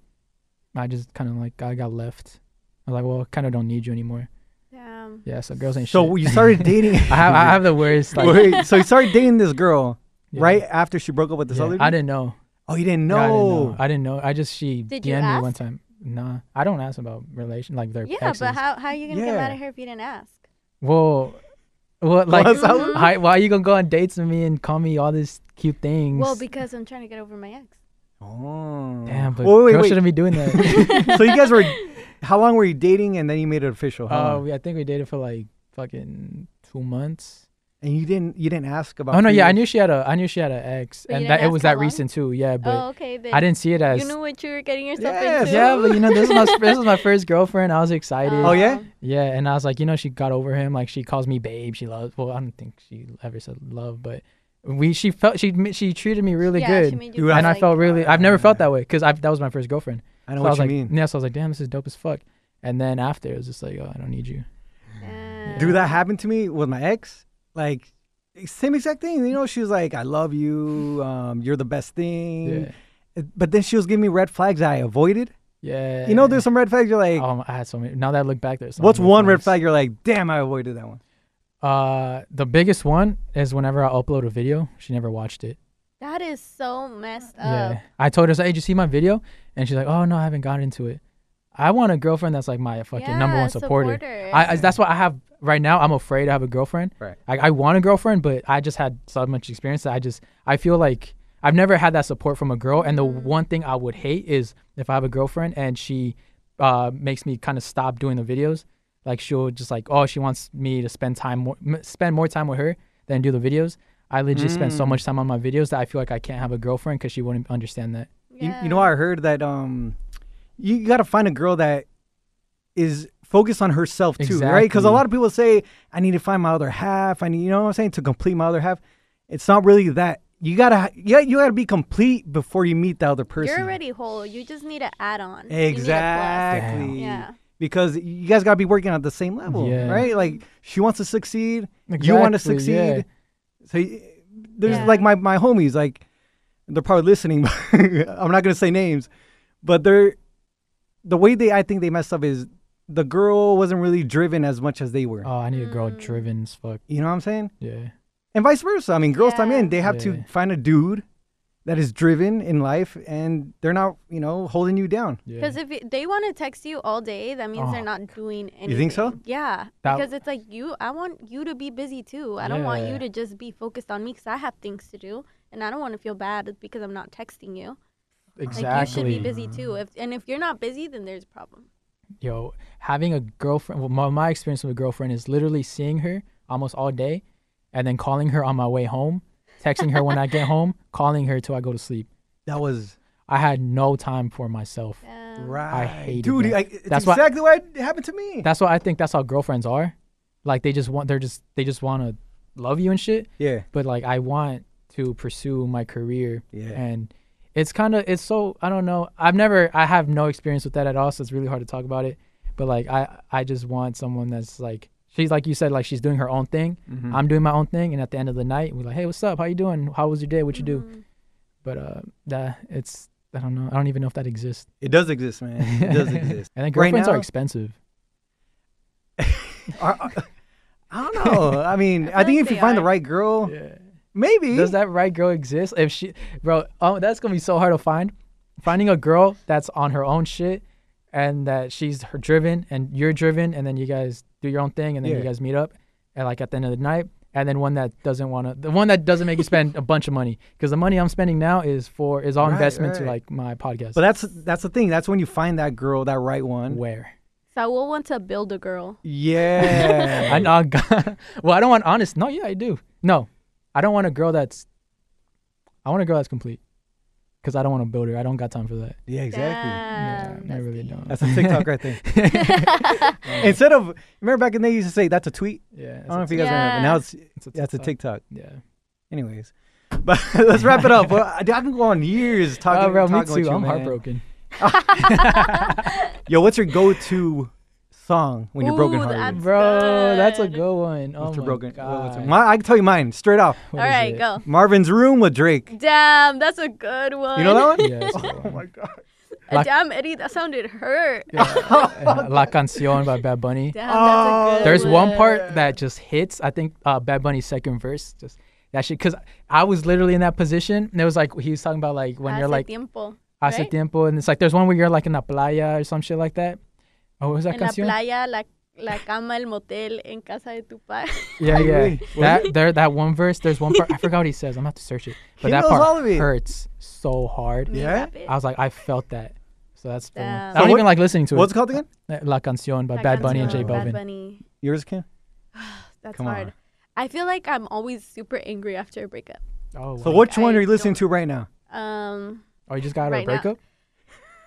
I just kind of like I got left. I was like, well, kind of don't need you anymore. Damn. Yeah, so girls ain't So shit. you started dating. I have I have the worst like Wait, so you started dating this girl yeah. right after she broke up with this Yeah, other. Dude? I didn't know. Oh, you didn't know. Yeah, I didn't know. I didn't know. I just she Did you DM'd me one ask? time. Nah, I don't ask about relation like their Yeah, exes. but how how are you gonna get Yeah. mad at her if you didn't ask? Well, well, like, What's up? hi- why are you gonna go on dates with me and call me all these cute things? Well, because I'm trying to get over my ex. Oh. damn, but Well, wait, girls wait. shouldn't be doing that. so you guys were, how long were you dating, and then you made it official? How uh, long? we, I think we dated for like fucking two months. and you didn't, you didn't ask about. Oh no, yeah, I previous- knew she had a, I knew she had an ex, But you and didn't that it ask was how that long? recent too. Yeah, but oh, okay. Then I didn't see it as. You knew what you were getting yourself Yes. into. yeah, but you know, this is my this is my first girlfriend. I was excited. Oh, yeah? Yeah, and I was like, you know, she got over him. Like she calls me babe. She loves. Well, I don't think she ever said love, but we she felt she she treated me really yeah, good. She made You you were feel and I like- felt really. I've never felt that way because that was my first girlfriend. I know so I what was you like, mean. yeah. So I was like, damn, this is dope as fuck. And then after, it was just like, oh, I don't need you. Damn. Dude, that happened to me with my ex. Like, same exact thing. You know, she was like, "I love you. Um, you're the best thing." Yeah. But then she was giving me red flags that I avoided. Yeah. You know, there's some red flags. You're like, Oh, my- I had so many. Now that I look back, there's so "What's many one red flags. flag?" You're like, "Damn, I avoided that one." Uh, the biggest one is whenever I upload a video, she never watched it. That is so messed up. Yeah. I told her, so, hey, did you see my video? And she's like, oh no, I haven't gotten into it. I want a girlfriend that's like my fucking number Yeah, one supporter. supporter. I, I that's what I have right now. I'm afraid to have a girlfriend. Right. Like I want a girlfriend, but I just had so much experience that I just I feel like I've never had that support from a girl. And the one thing I would hate is if I have a girlfriend and she uh, makes me kind of stop doing the videos. Like she'll just like oh she wants me to spend time more m- spend more time with her than do the videos. I legit spend so Mm. much time on my videos that I feel like I can't have a girlfriend because she wouldn't understand that. You, yeah. you know, I heard that um, you gotta find a girl that is focused on herself too, right? Because a Exactly. lot of people say, "I need to find my other half." I need, you know what I'm saying, to complete my other half. It's not really that. You gotta, yeah, you gotta be complete before you meet the other person. You're already whole. You just need an add-on. You need a plus. Exactly. Yeah. Because you guys gotta be working at the same level, Yeah. right? Like she wants to succeed, you want to Exactly, succeed. yeah. So y- there's Yeah. like my my homies, like they're probably listening. But I'm not gonna say names, but they're the way they I think they messed up is the girl wasn't really driven as much as they were. Oh, I need a girl Mm. driven as fuck. You know what I'm saying? Yeah. And vice versa. I mean, girls time Yeah. in, they have Yeah. to find a dude that is driven in life, and they're not you know holding you down. Yeah. Because if it- they want to text you all day, that means Oh, they're not doing anything. think so? Yeah. That- because it's like you, I want you to be busy too. I don't want Yeah. you to just be focused on me because I have things to do, and I don't want to feel bad because I'm not texting you. exactly. Like you should be busy too. If and if you're not busy, then there's a problem. yo, having a girlfriend, well, my, my experience with a girlfriend is literally seeing her almost all day and then calling her on my way home, texting her when I get home, calling her till I go to sleep. That was I had no time for myself. Um, right, hated dude. that. I, it's That's why- exactly what happened to me. That's why I think that's how girlfriends are. Like they just want, they're just, they just want to love you and shit. yeah, But like I want to pursue my career yeah. and it's kind of it's so i don't know i've never i have no experience with that at all so it's really hard to talk about it but like i i just want someone that's like she's like you said like she's doing her own thing Mm-hmm. i'm doing my own thing and at the end of the night we're like hey what's up how you doing how was your day what you do mhm. but uh that it's i don't know i don't even know if that exists It does exist, man. It does exist. and then Right girlfriends are now- expensive Are- are- I don't know. I mean, I I, feel think like if you they find the are. right girl, yeah maybe. does that right girl exist if she bro oh that's gonna be so hard to find finding a girl that's on her own shit and that she's her driven and you're driven and then you guys do your own thing and then Yeah. you guys meet up and like at the end of the night and then one that doesn't want to the one that doesn't make you spend a bunch of money because the money i'm spending now is for is all Right, investment to right. like my podcast But that's that's the thing. That's when you find that girl, that right one. where So I will want to build a girl. Yeah. i know well i don't want honest no yeah i do no i don't want a girl that's i want a girl that's complete because i don't want to build her i don't got time for that Yeah, exactly. Damn, I Um, that's really deep. don't. That's a TikTok right there. Instead of remember back in the day, you used to say that's a tweet. yeah. I don't know if it's a you guys remember. Yeah. Now it's tic- it's a that's a TikTok. TikTok. Yeah. Anyways, but let's wrap it up. Well, I I can go on years talking. oh, bro, me talking with too. you, I'm man. heartbroken. Yo, what's your go-to song when you're Ooh, broken hearted? that's Bro, that's a good. good one. Oh What's your my broken? well, what's god. your- my, I can tell you mine straight off. What All is right, it? go. Marvin's Room with Drake. Damn, that's a good one. You know that one? Yeah, it's a good one. Oh god. Like- Damn, Eddie, that sounded hurt. Yeah. La Cancion by Bad Bunny. Damn, that's a Oh, good There's one Yeah. part that just hits. I think uh, Bad Bunny's second verse just that shit. Cause I was literally in that position. And it was like he was talking about like when Hace you're like tiempo, hace right? tiempo, and it's like there's one where you're like in la playa or some shit like that. Oh, what was that En la canción? playa, la, la cama, el motel, en casa de tu padre. Yeah, Ay, yeah. güey. That there, that one verse. There's one part. I forgot what he says. I'm gonna have to search it. But He that knows part all of it. hurts so hard. Yeah? I was like, I felt that. So that's. the one. Damn. I don't So even what- like listening to What's it it. Eh, called again? La Cancion by Bad Bunny and J Bad Balvin. Bunny. Yours, Kim? That's Come hard. on. I feel like I'm always super angry after a breakup. Oh, So wow. which I one are you listening don't- to right now? Um, Oh, you just got out of a Right now- breakup?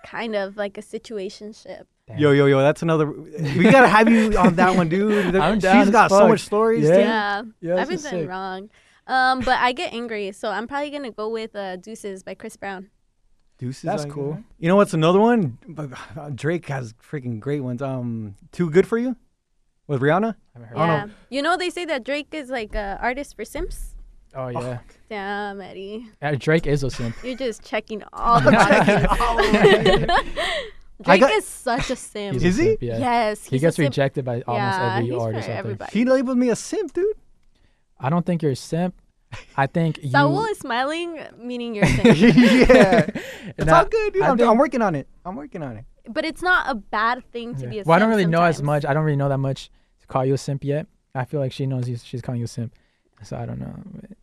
kind of like a situationship. Damn. Yo, yo, yo, that's another. We gotta have you on that one, dude. I'm She's down as got so fuck. much stories. Yeah. dude. Yeah, Yeah, I've been this is doing sick. wrong. Um, but I get angry, so I'm probably gonna go with uh, "Deuces" by Chris Brown. Deuces. That's I guess. cool. You know what's another one? But- Drake has freaking great ones. Um, too good for you, with Rihanna. I haven't heard Oh, no. Yeah, you know they say that Drake is like a artist for Sims. Oh yeah. Damn, Eddie, Yeah, Drake is a simp. you're just checking all the boxes. Drake got- is such a sim. He's a Is he? simp, Yeah. Yes, He he's a gets simp. rejected by almost yeah, every he's artist. for I think. everybody. He labeled me a simp, dude. I don't think you're a simp. I think you. Saul is smiling, meaning you're a sim. yeah, it's Nah, all good, dude. I I'm, think- I'm working on it. I'm working on it. but it's not a bad thing to Yeah. be a well, I sim don't really know as sometimes. much. I don't really know that much to call you a simp yet. I feel like she knows you, she's calling you a simp, so I don't know. but-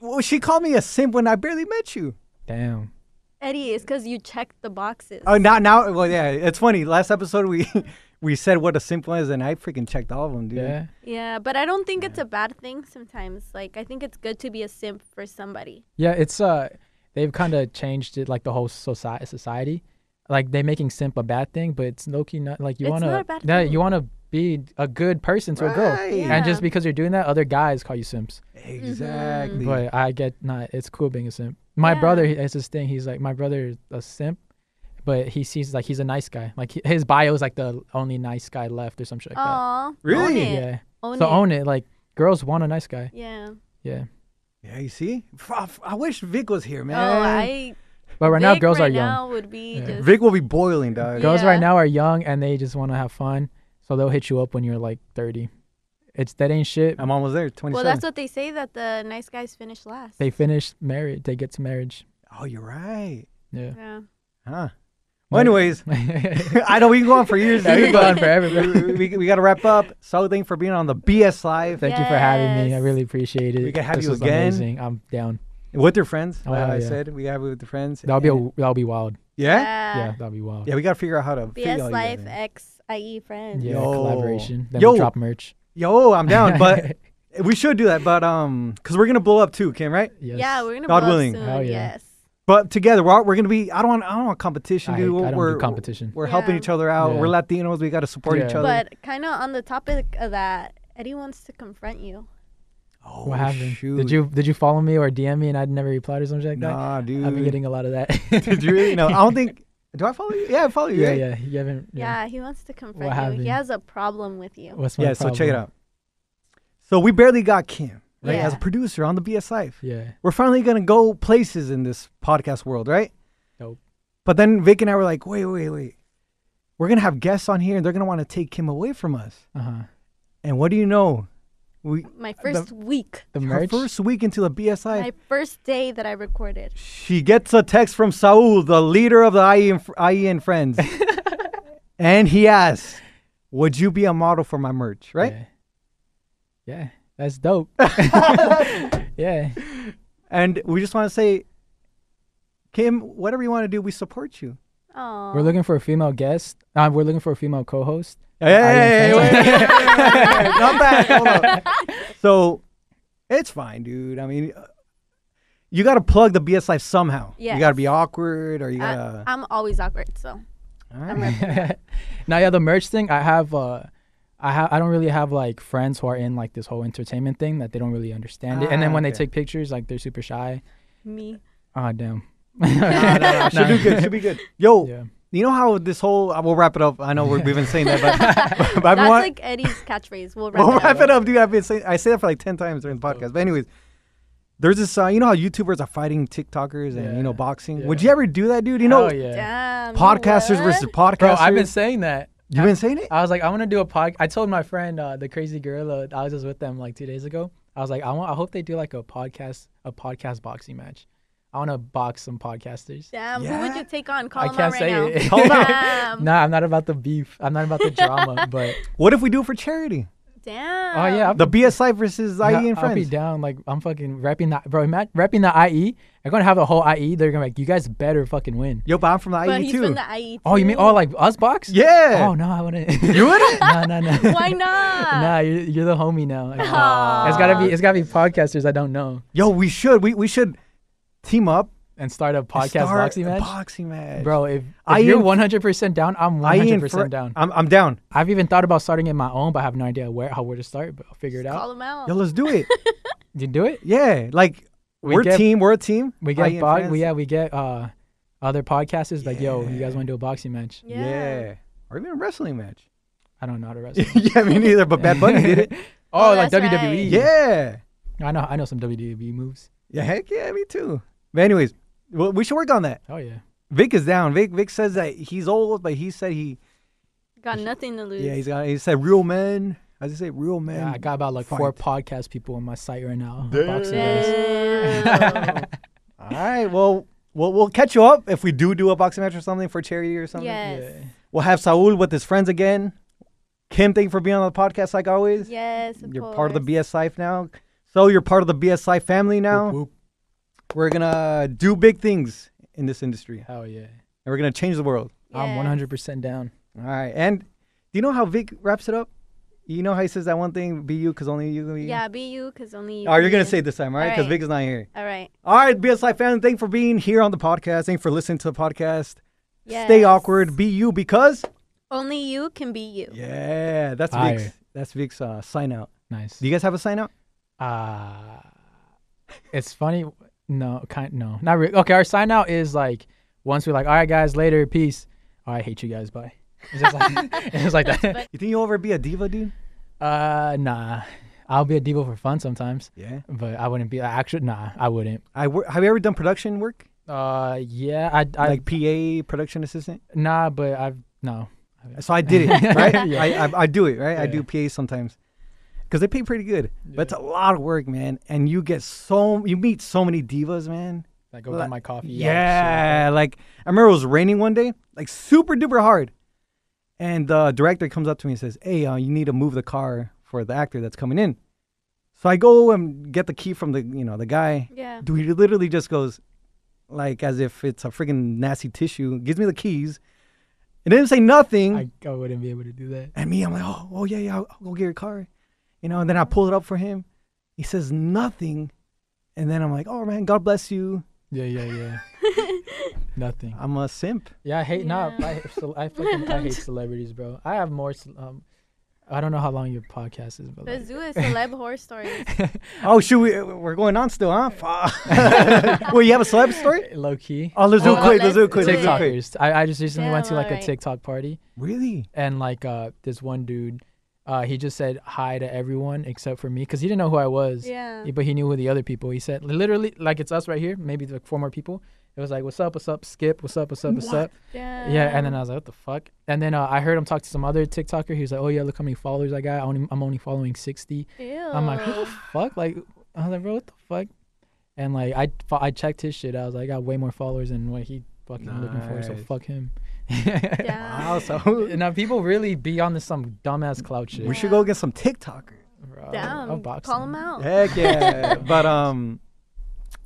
Well, she called me a simp when I barely met you. damn. Eddie, it's because you checked the boxes. Oh, now, now, well, yeah. It's funny. Last episode we we said what a simp was, and I freaking checked all of them, dude. Yeah. Yeah, but I don't think it's a bad thing sometimes. Like, I think it's good to be a simp for somebody. Yeah. It's uh, they've kind of changed it, like the whole society. Society, like they're making simp a bad thing, but it's low key not like you It's wanna. not a bad yeah, thing. you wanna be a good person to a girl, Right. and Yeah. just because you're doing that, other guys call you simps. Mm-hmm. Exactly. But I get not. It's cool being a simp. My Yeah. brother, he- it's his thing. He's like my brother is a simp, but he sees like he's a nice guy. Like he- his bio is like the only nice guy left or some shit like Aw. Own Really? that. it. Yeah. Own so it. own it. Like girls want a nice guy. Yeah. Yeah. yeah, you see? F- I, I wish Vic was here, man. Oh, I. But right now, Vic girls right are young. now would be Yeah. just. Vic will be boiling, dog. Girls Yeah. right now are young and they just want to have fun. So they'll hit you up when you're like 30. It's that ain't shit. I'm almost there. 27. Well, that's what they say that the nice guys finish last. They finish married. They get to marriage. oh, you're right. Yeah. yeah. Huh. Well, anyways, yeah, I know we can go on for years, we dude, go on but forever. bro. we, we, got to wrap up. So thank you for being on the BS Live Thank you for having me. I Yes. really appreciate it. We can have This you was again. Amazing. I'm down. with your friends. Oh, like hell I yeah. said, we got to be with the friends. That'll be And- a, that'll be wild. yeah? Yeah, Yeah. that'll be wild. Yeah, we got to figure out how to fit all BS you guys Life in. X IE friends. Yeah, Yo. collaboration. Then Yo. we drop merch. Yo, I'm down, but we should do that. But um, because we're going to blow up too, Kim, right? yes. Yeah, we're gonna God blow up willing. soon. Hell yeah. Yes. But together, we're all, we're gonna be. I don't want. I don't want competition, I dude. hate- we're, I don't do we're- competition. We're helping Yeah. each other out. Yeah. We're Latinos. We gotta support each Yeah. other. But kind of on the topic of that, Eddie wants to confront you. oh, What happened? Shoot. Did you did you follow me or DM me and I'd never replied or something like that? Nah, dude. I've been getting a lot of that. Did you really? No, I don't think. Do I follow you? Yeah, I follow you. yeah, right? yeah. You haven't. Yeah. Yeah, he wants to confront you. happened? He has a problem with you. What's my yeah. so check it problem? out. So we barely got Kim right Yeah. as a producer on the BS Life. Yeah. We're finally gonna go places in this podcast world, right? Dope. But then Vic and I were like, wait, wait, wait. We're gonna have guests on here, and they're gonna want to take Kim away from us. Uh huh. And what do you know? We My first week, The her merch. first week into the BS Life. my first day that I recorded. She gets a text from Saul, the leader of the E IE and, IE and Friends. and he asks, Would you be a model for my merch? Right? Yeah. Yeah, That's dope. yeah. And we just want to say, Kim, whatever you want to do, we support you. Oh, We're looking for a female guest. Uh, we're looking for a female co-host. Hey, Friends. wait, wait, wait, wait, wait, wait. Not that. Hold up. So it's fine, dude. I mean, uh, you got to plug the BS life somehow. You Yes. got to be awkward or you got uh, to. I, am always awkward, so All I'm right. ready. now yeah the merch thing i have uh I, ha- I don't really have like friends who are in like this whole entertainment thing that they don't really understand it and then Ah, when they okay. take pictures like they're super shy me. ah damn Nah, nah, nah. She'll Nah. do good. She'll be good. Yo, yeah You know how this whole uh, we'll wrap it up. I know we've been saying that, but, but I've been That's wa- like Eddie's catchphrase. We'll wrap, we'll it, up. wrap it up, dude. I've been saying I say that for like ten times during the Oh. podcast. But anyways, there's this. Uh, you know how YouTubers are fighting TikTokers and you know Yeah. boxing. Yeah. Would you ever do that, dude? You know, Hell yeah. Damn. you podcasters would? versus podcasters. Bro, I've been saying that. You've been saying it. I was like, I want to do a pod. I told my friend, uh, the crazy gorilla, I was just with them like two days ago. I was like, I want. I hope they do like a podcast, a podcast boxing match. I want to box some podcasters. Damn. Who would Yeah. you take on? Call I him can't out right say now. it. Hold on. Damn. Nah, I'm not about the beef. I'm not about the drama. but What if we do it for charity? Damn. oh yeah, I'm, The BSI versus IE nah, and I'll be friends. down. Like I'm fucking repping the bro. Matt, repping the IE. I'm gonna have a whole IE. They're gonna be like, you guys better fucking win. Yo, but I'm from the But IE he's too. from the IE. E Oh, you mean too. oh like us box? yeah. Oh no, I wouldn't. You wouldn't? no, no, no. Why not? Nah, you're, you're the homie now. Aw. It's gotta be it's gotta be podcasters I don't know Yo, we should we we should team up. and start a and podcast start boxing a match. Boxing match, Bro, if, I if you're am- 100% down, I'm I ain't 100% for- down. I'm I'm down. I've even thought about starting it my own, but I have no idea where how where to start. But I'll figure it out. Call him out. Yo, let's do it. You do it. yeah, like We we are get- team. We're a team. We IE get and bo- friends. we yeah we get uh other podcasters like yo you guys want to do a boxing match? yeah. Or even a wrestling match. I don't know how to wrestle. yeah, me neither. But Bad Bunny did it. oh, Oh, like that's right. WWE. Yeah. I know I know some WWE moves. Yeah. Heck yeah, me too. But anyways, well, we should work on that. Oh yeah. Vic is down. Vic Vic says that he's old, but he said he Got nothing to lose. yeah he's got he said real men. As he say, real men. yeah I got about like four podcast people on my site right now. Boxing match. Damn. All right. Well, we'll we'll catch you up if we do do a boxing match or something for charity or something. yes. We'll have Saul with his friends again. Kim, thank you for being on the podcast like always. Yes. Of you're course. part of the BS Life now. So you're part of the BS Life family now. Whoop, whoop. We're gonna do big things in this industry, and Hell yeah. we're gonna change the world. Yes. I'm 100% down. All right. And do you know how Vic wraps it up? You know how he says that one thing: "Be you, cause only you can be." you? Yeah, be you, cause only. You Oh, can you're be gonna you. say it this time, right? Because Alright. Vic is not here. All right. All right, BS Life family, thank you for being here on the podcast. Thank you for listening to the podcast. Stay Yes. awkward. Be you, because Only you can be you. yeah, that's Fire. Vic's. That's Vic's uh, sign out. Nice. Do you guys have a sign out? Uh, it's funny. No, kind no, not really. Okay, our sign out is like once we're like, all right, guys, later, peace. All right, hate you guys, bye. It's just like, it's just like that. You think you'll ever be a diva, dude? Uh, nah, I'll be a diva for fun sometimes, Yeah. but I wouldn't be. Actually, nah, I wouldn't. I wor- have you ever done production work? Uh, yeah, I, I like PA production assistant. nah, but I've no. So I did it, right? Yeah. I, I I do it, right? I do Yeah. PA sometimes because they pay pretty good, but it's a lot of work, man. And you get so you meet so many divas, man. Like go get my coffee. all that shit like that. Yeah, like I remember it was raining one day, like super duper hard, and the director comes up to me and says, "Hey, uh, you need to move the car for the actor that's coming in." So I go and get the key from the you know the guy. Yeah. Dude, he literally just goes, like as if it's a freaking nasty tissue. Gives me the keys. It didn't say nothing. I, I wouldn't be able to do that. And me, I'm like, oh, oh yeah, yeah, I'll, I'll go get your car. You know, and then I pull it up for him. He says nothing. And then I'm like, oh man, God bless you. Yeah, yeah, yeah. Nothing. I'm a simp. Yeah, I hate not. Yeah. I, hate cel- I fucking I hate celebrities, bro. I have more. ce- Um, I don't know how long your podcast is, but Let's like, do a celeb horror story. Oh, shoot, we, we're going on still, huh? Fuck. well, you have a celeb story? low key. Oh, let's do it Oh, quick. Let's do it let's quick. do Let's do it it. quick. TikTokers. I, I just recently went Damn, to like a alright. TikTok party, Really? and like uh, this one dude, uh, he just said hi to everyone except for me because he didn't know who I was. yeah. But he knew who the other people. He said literally like it's us right here. Maybe like four more people. It was like what's up, what's up, Skip, what's up, what's up, what's What? up. Yeah, and then I was like, what the fuck? And then uh, I heard him talk to some other TikToker. He was like, oh yeah, look how many followers I got. I only, I'm only following 60. I'm like, what the fuck? Like, I was like, bro, what the fuck? And like, I fo- I checked his shit. I was like, I got way more followers than what he fucking looking for. So Nice. fuck him. Wow, so now people really be on to some dumbass clout shit. we should go get some TikTokers. bro. I'll Damn. box Call him out. Heck yeah. but um,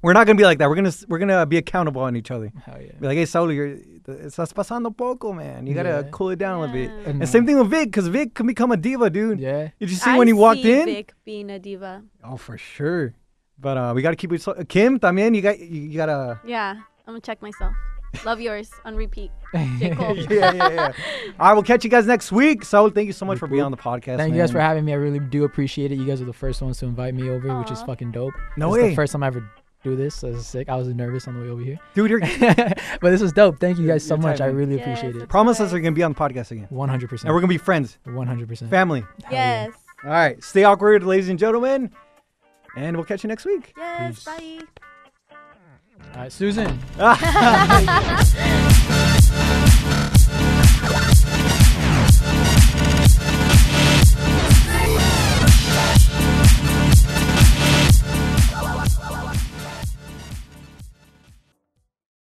we're not going to be like that. We're going to we're gonna be accountable on each other. Hell yeah. Be like, hey, Saul, you're, estás pasando poco, man. You got to Yeah. cool it down a little bit. Yeah. And same thing with Vic, because Vic can become a diva, dude. uh, Yeah. Did you see when he walked see in? Vic being a diva. Oh, for sure. But uh, we gotta keep it. So- Kim, también, you got you, you gotta. Yeah. I'm gonna check myself. Love yours on repeat. J. Cole. Yeah, yeah, yeah. All right, we'll catch you guys next week. Saul, thank you so much for being on the podcast. Thank you guys for man. having me. I really do appreciate it. You guys are the first ones to invite me over, which is Aw. fucking dope. No This is way. the first time I ever do this. So this is sick. I was nervous on the way over here, Dude, your but this was dope. Thank you guys so Your much. I timing. really Yes, appreciate it. of promises course. are gonna be on the podcast again. One hundred And we're percent. gonna be friends, One hundred percent. family. Yes. All right. Stay awkward, ladies and gentlemen. And we'll catch you next week. Yes. Peace. Bye. All right, Susan.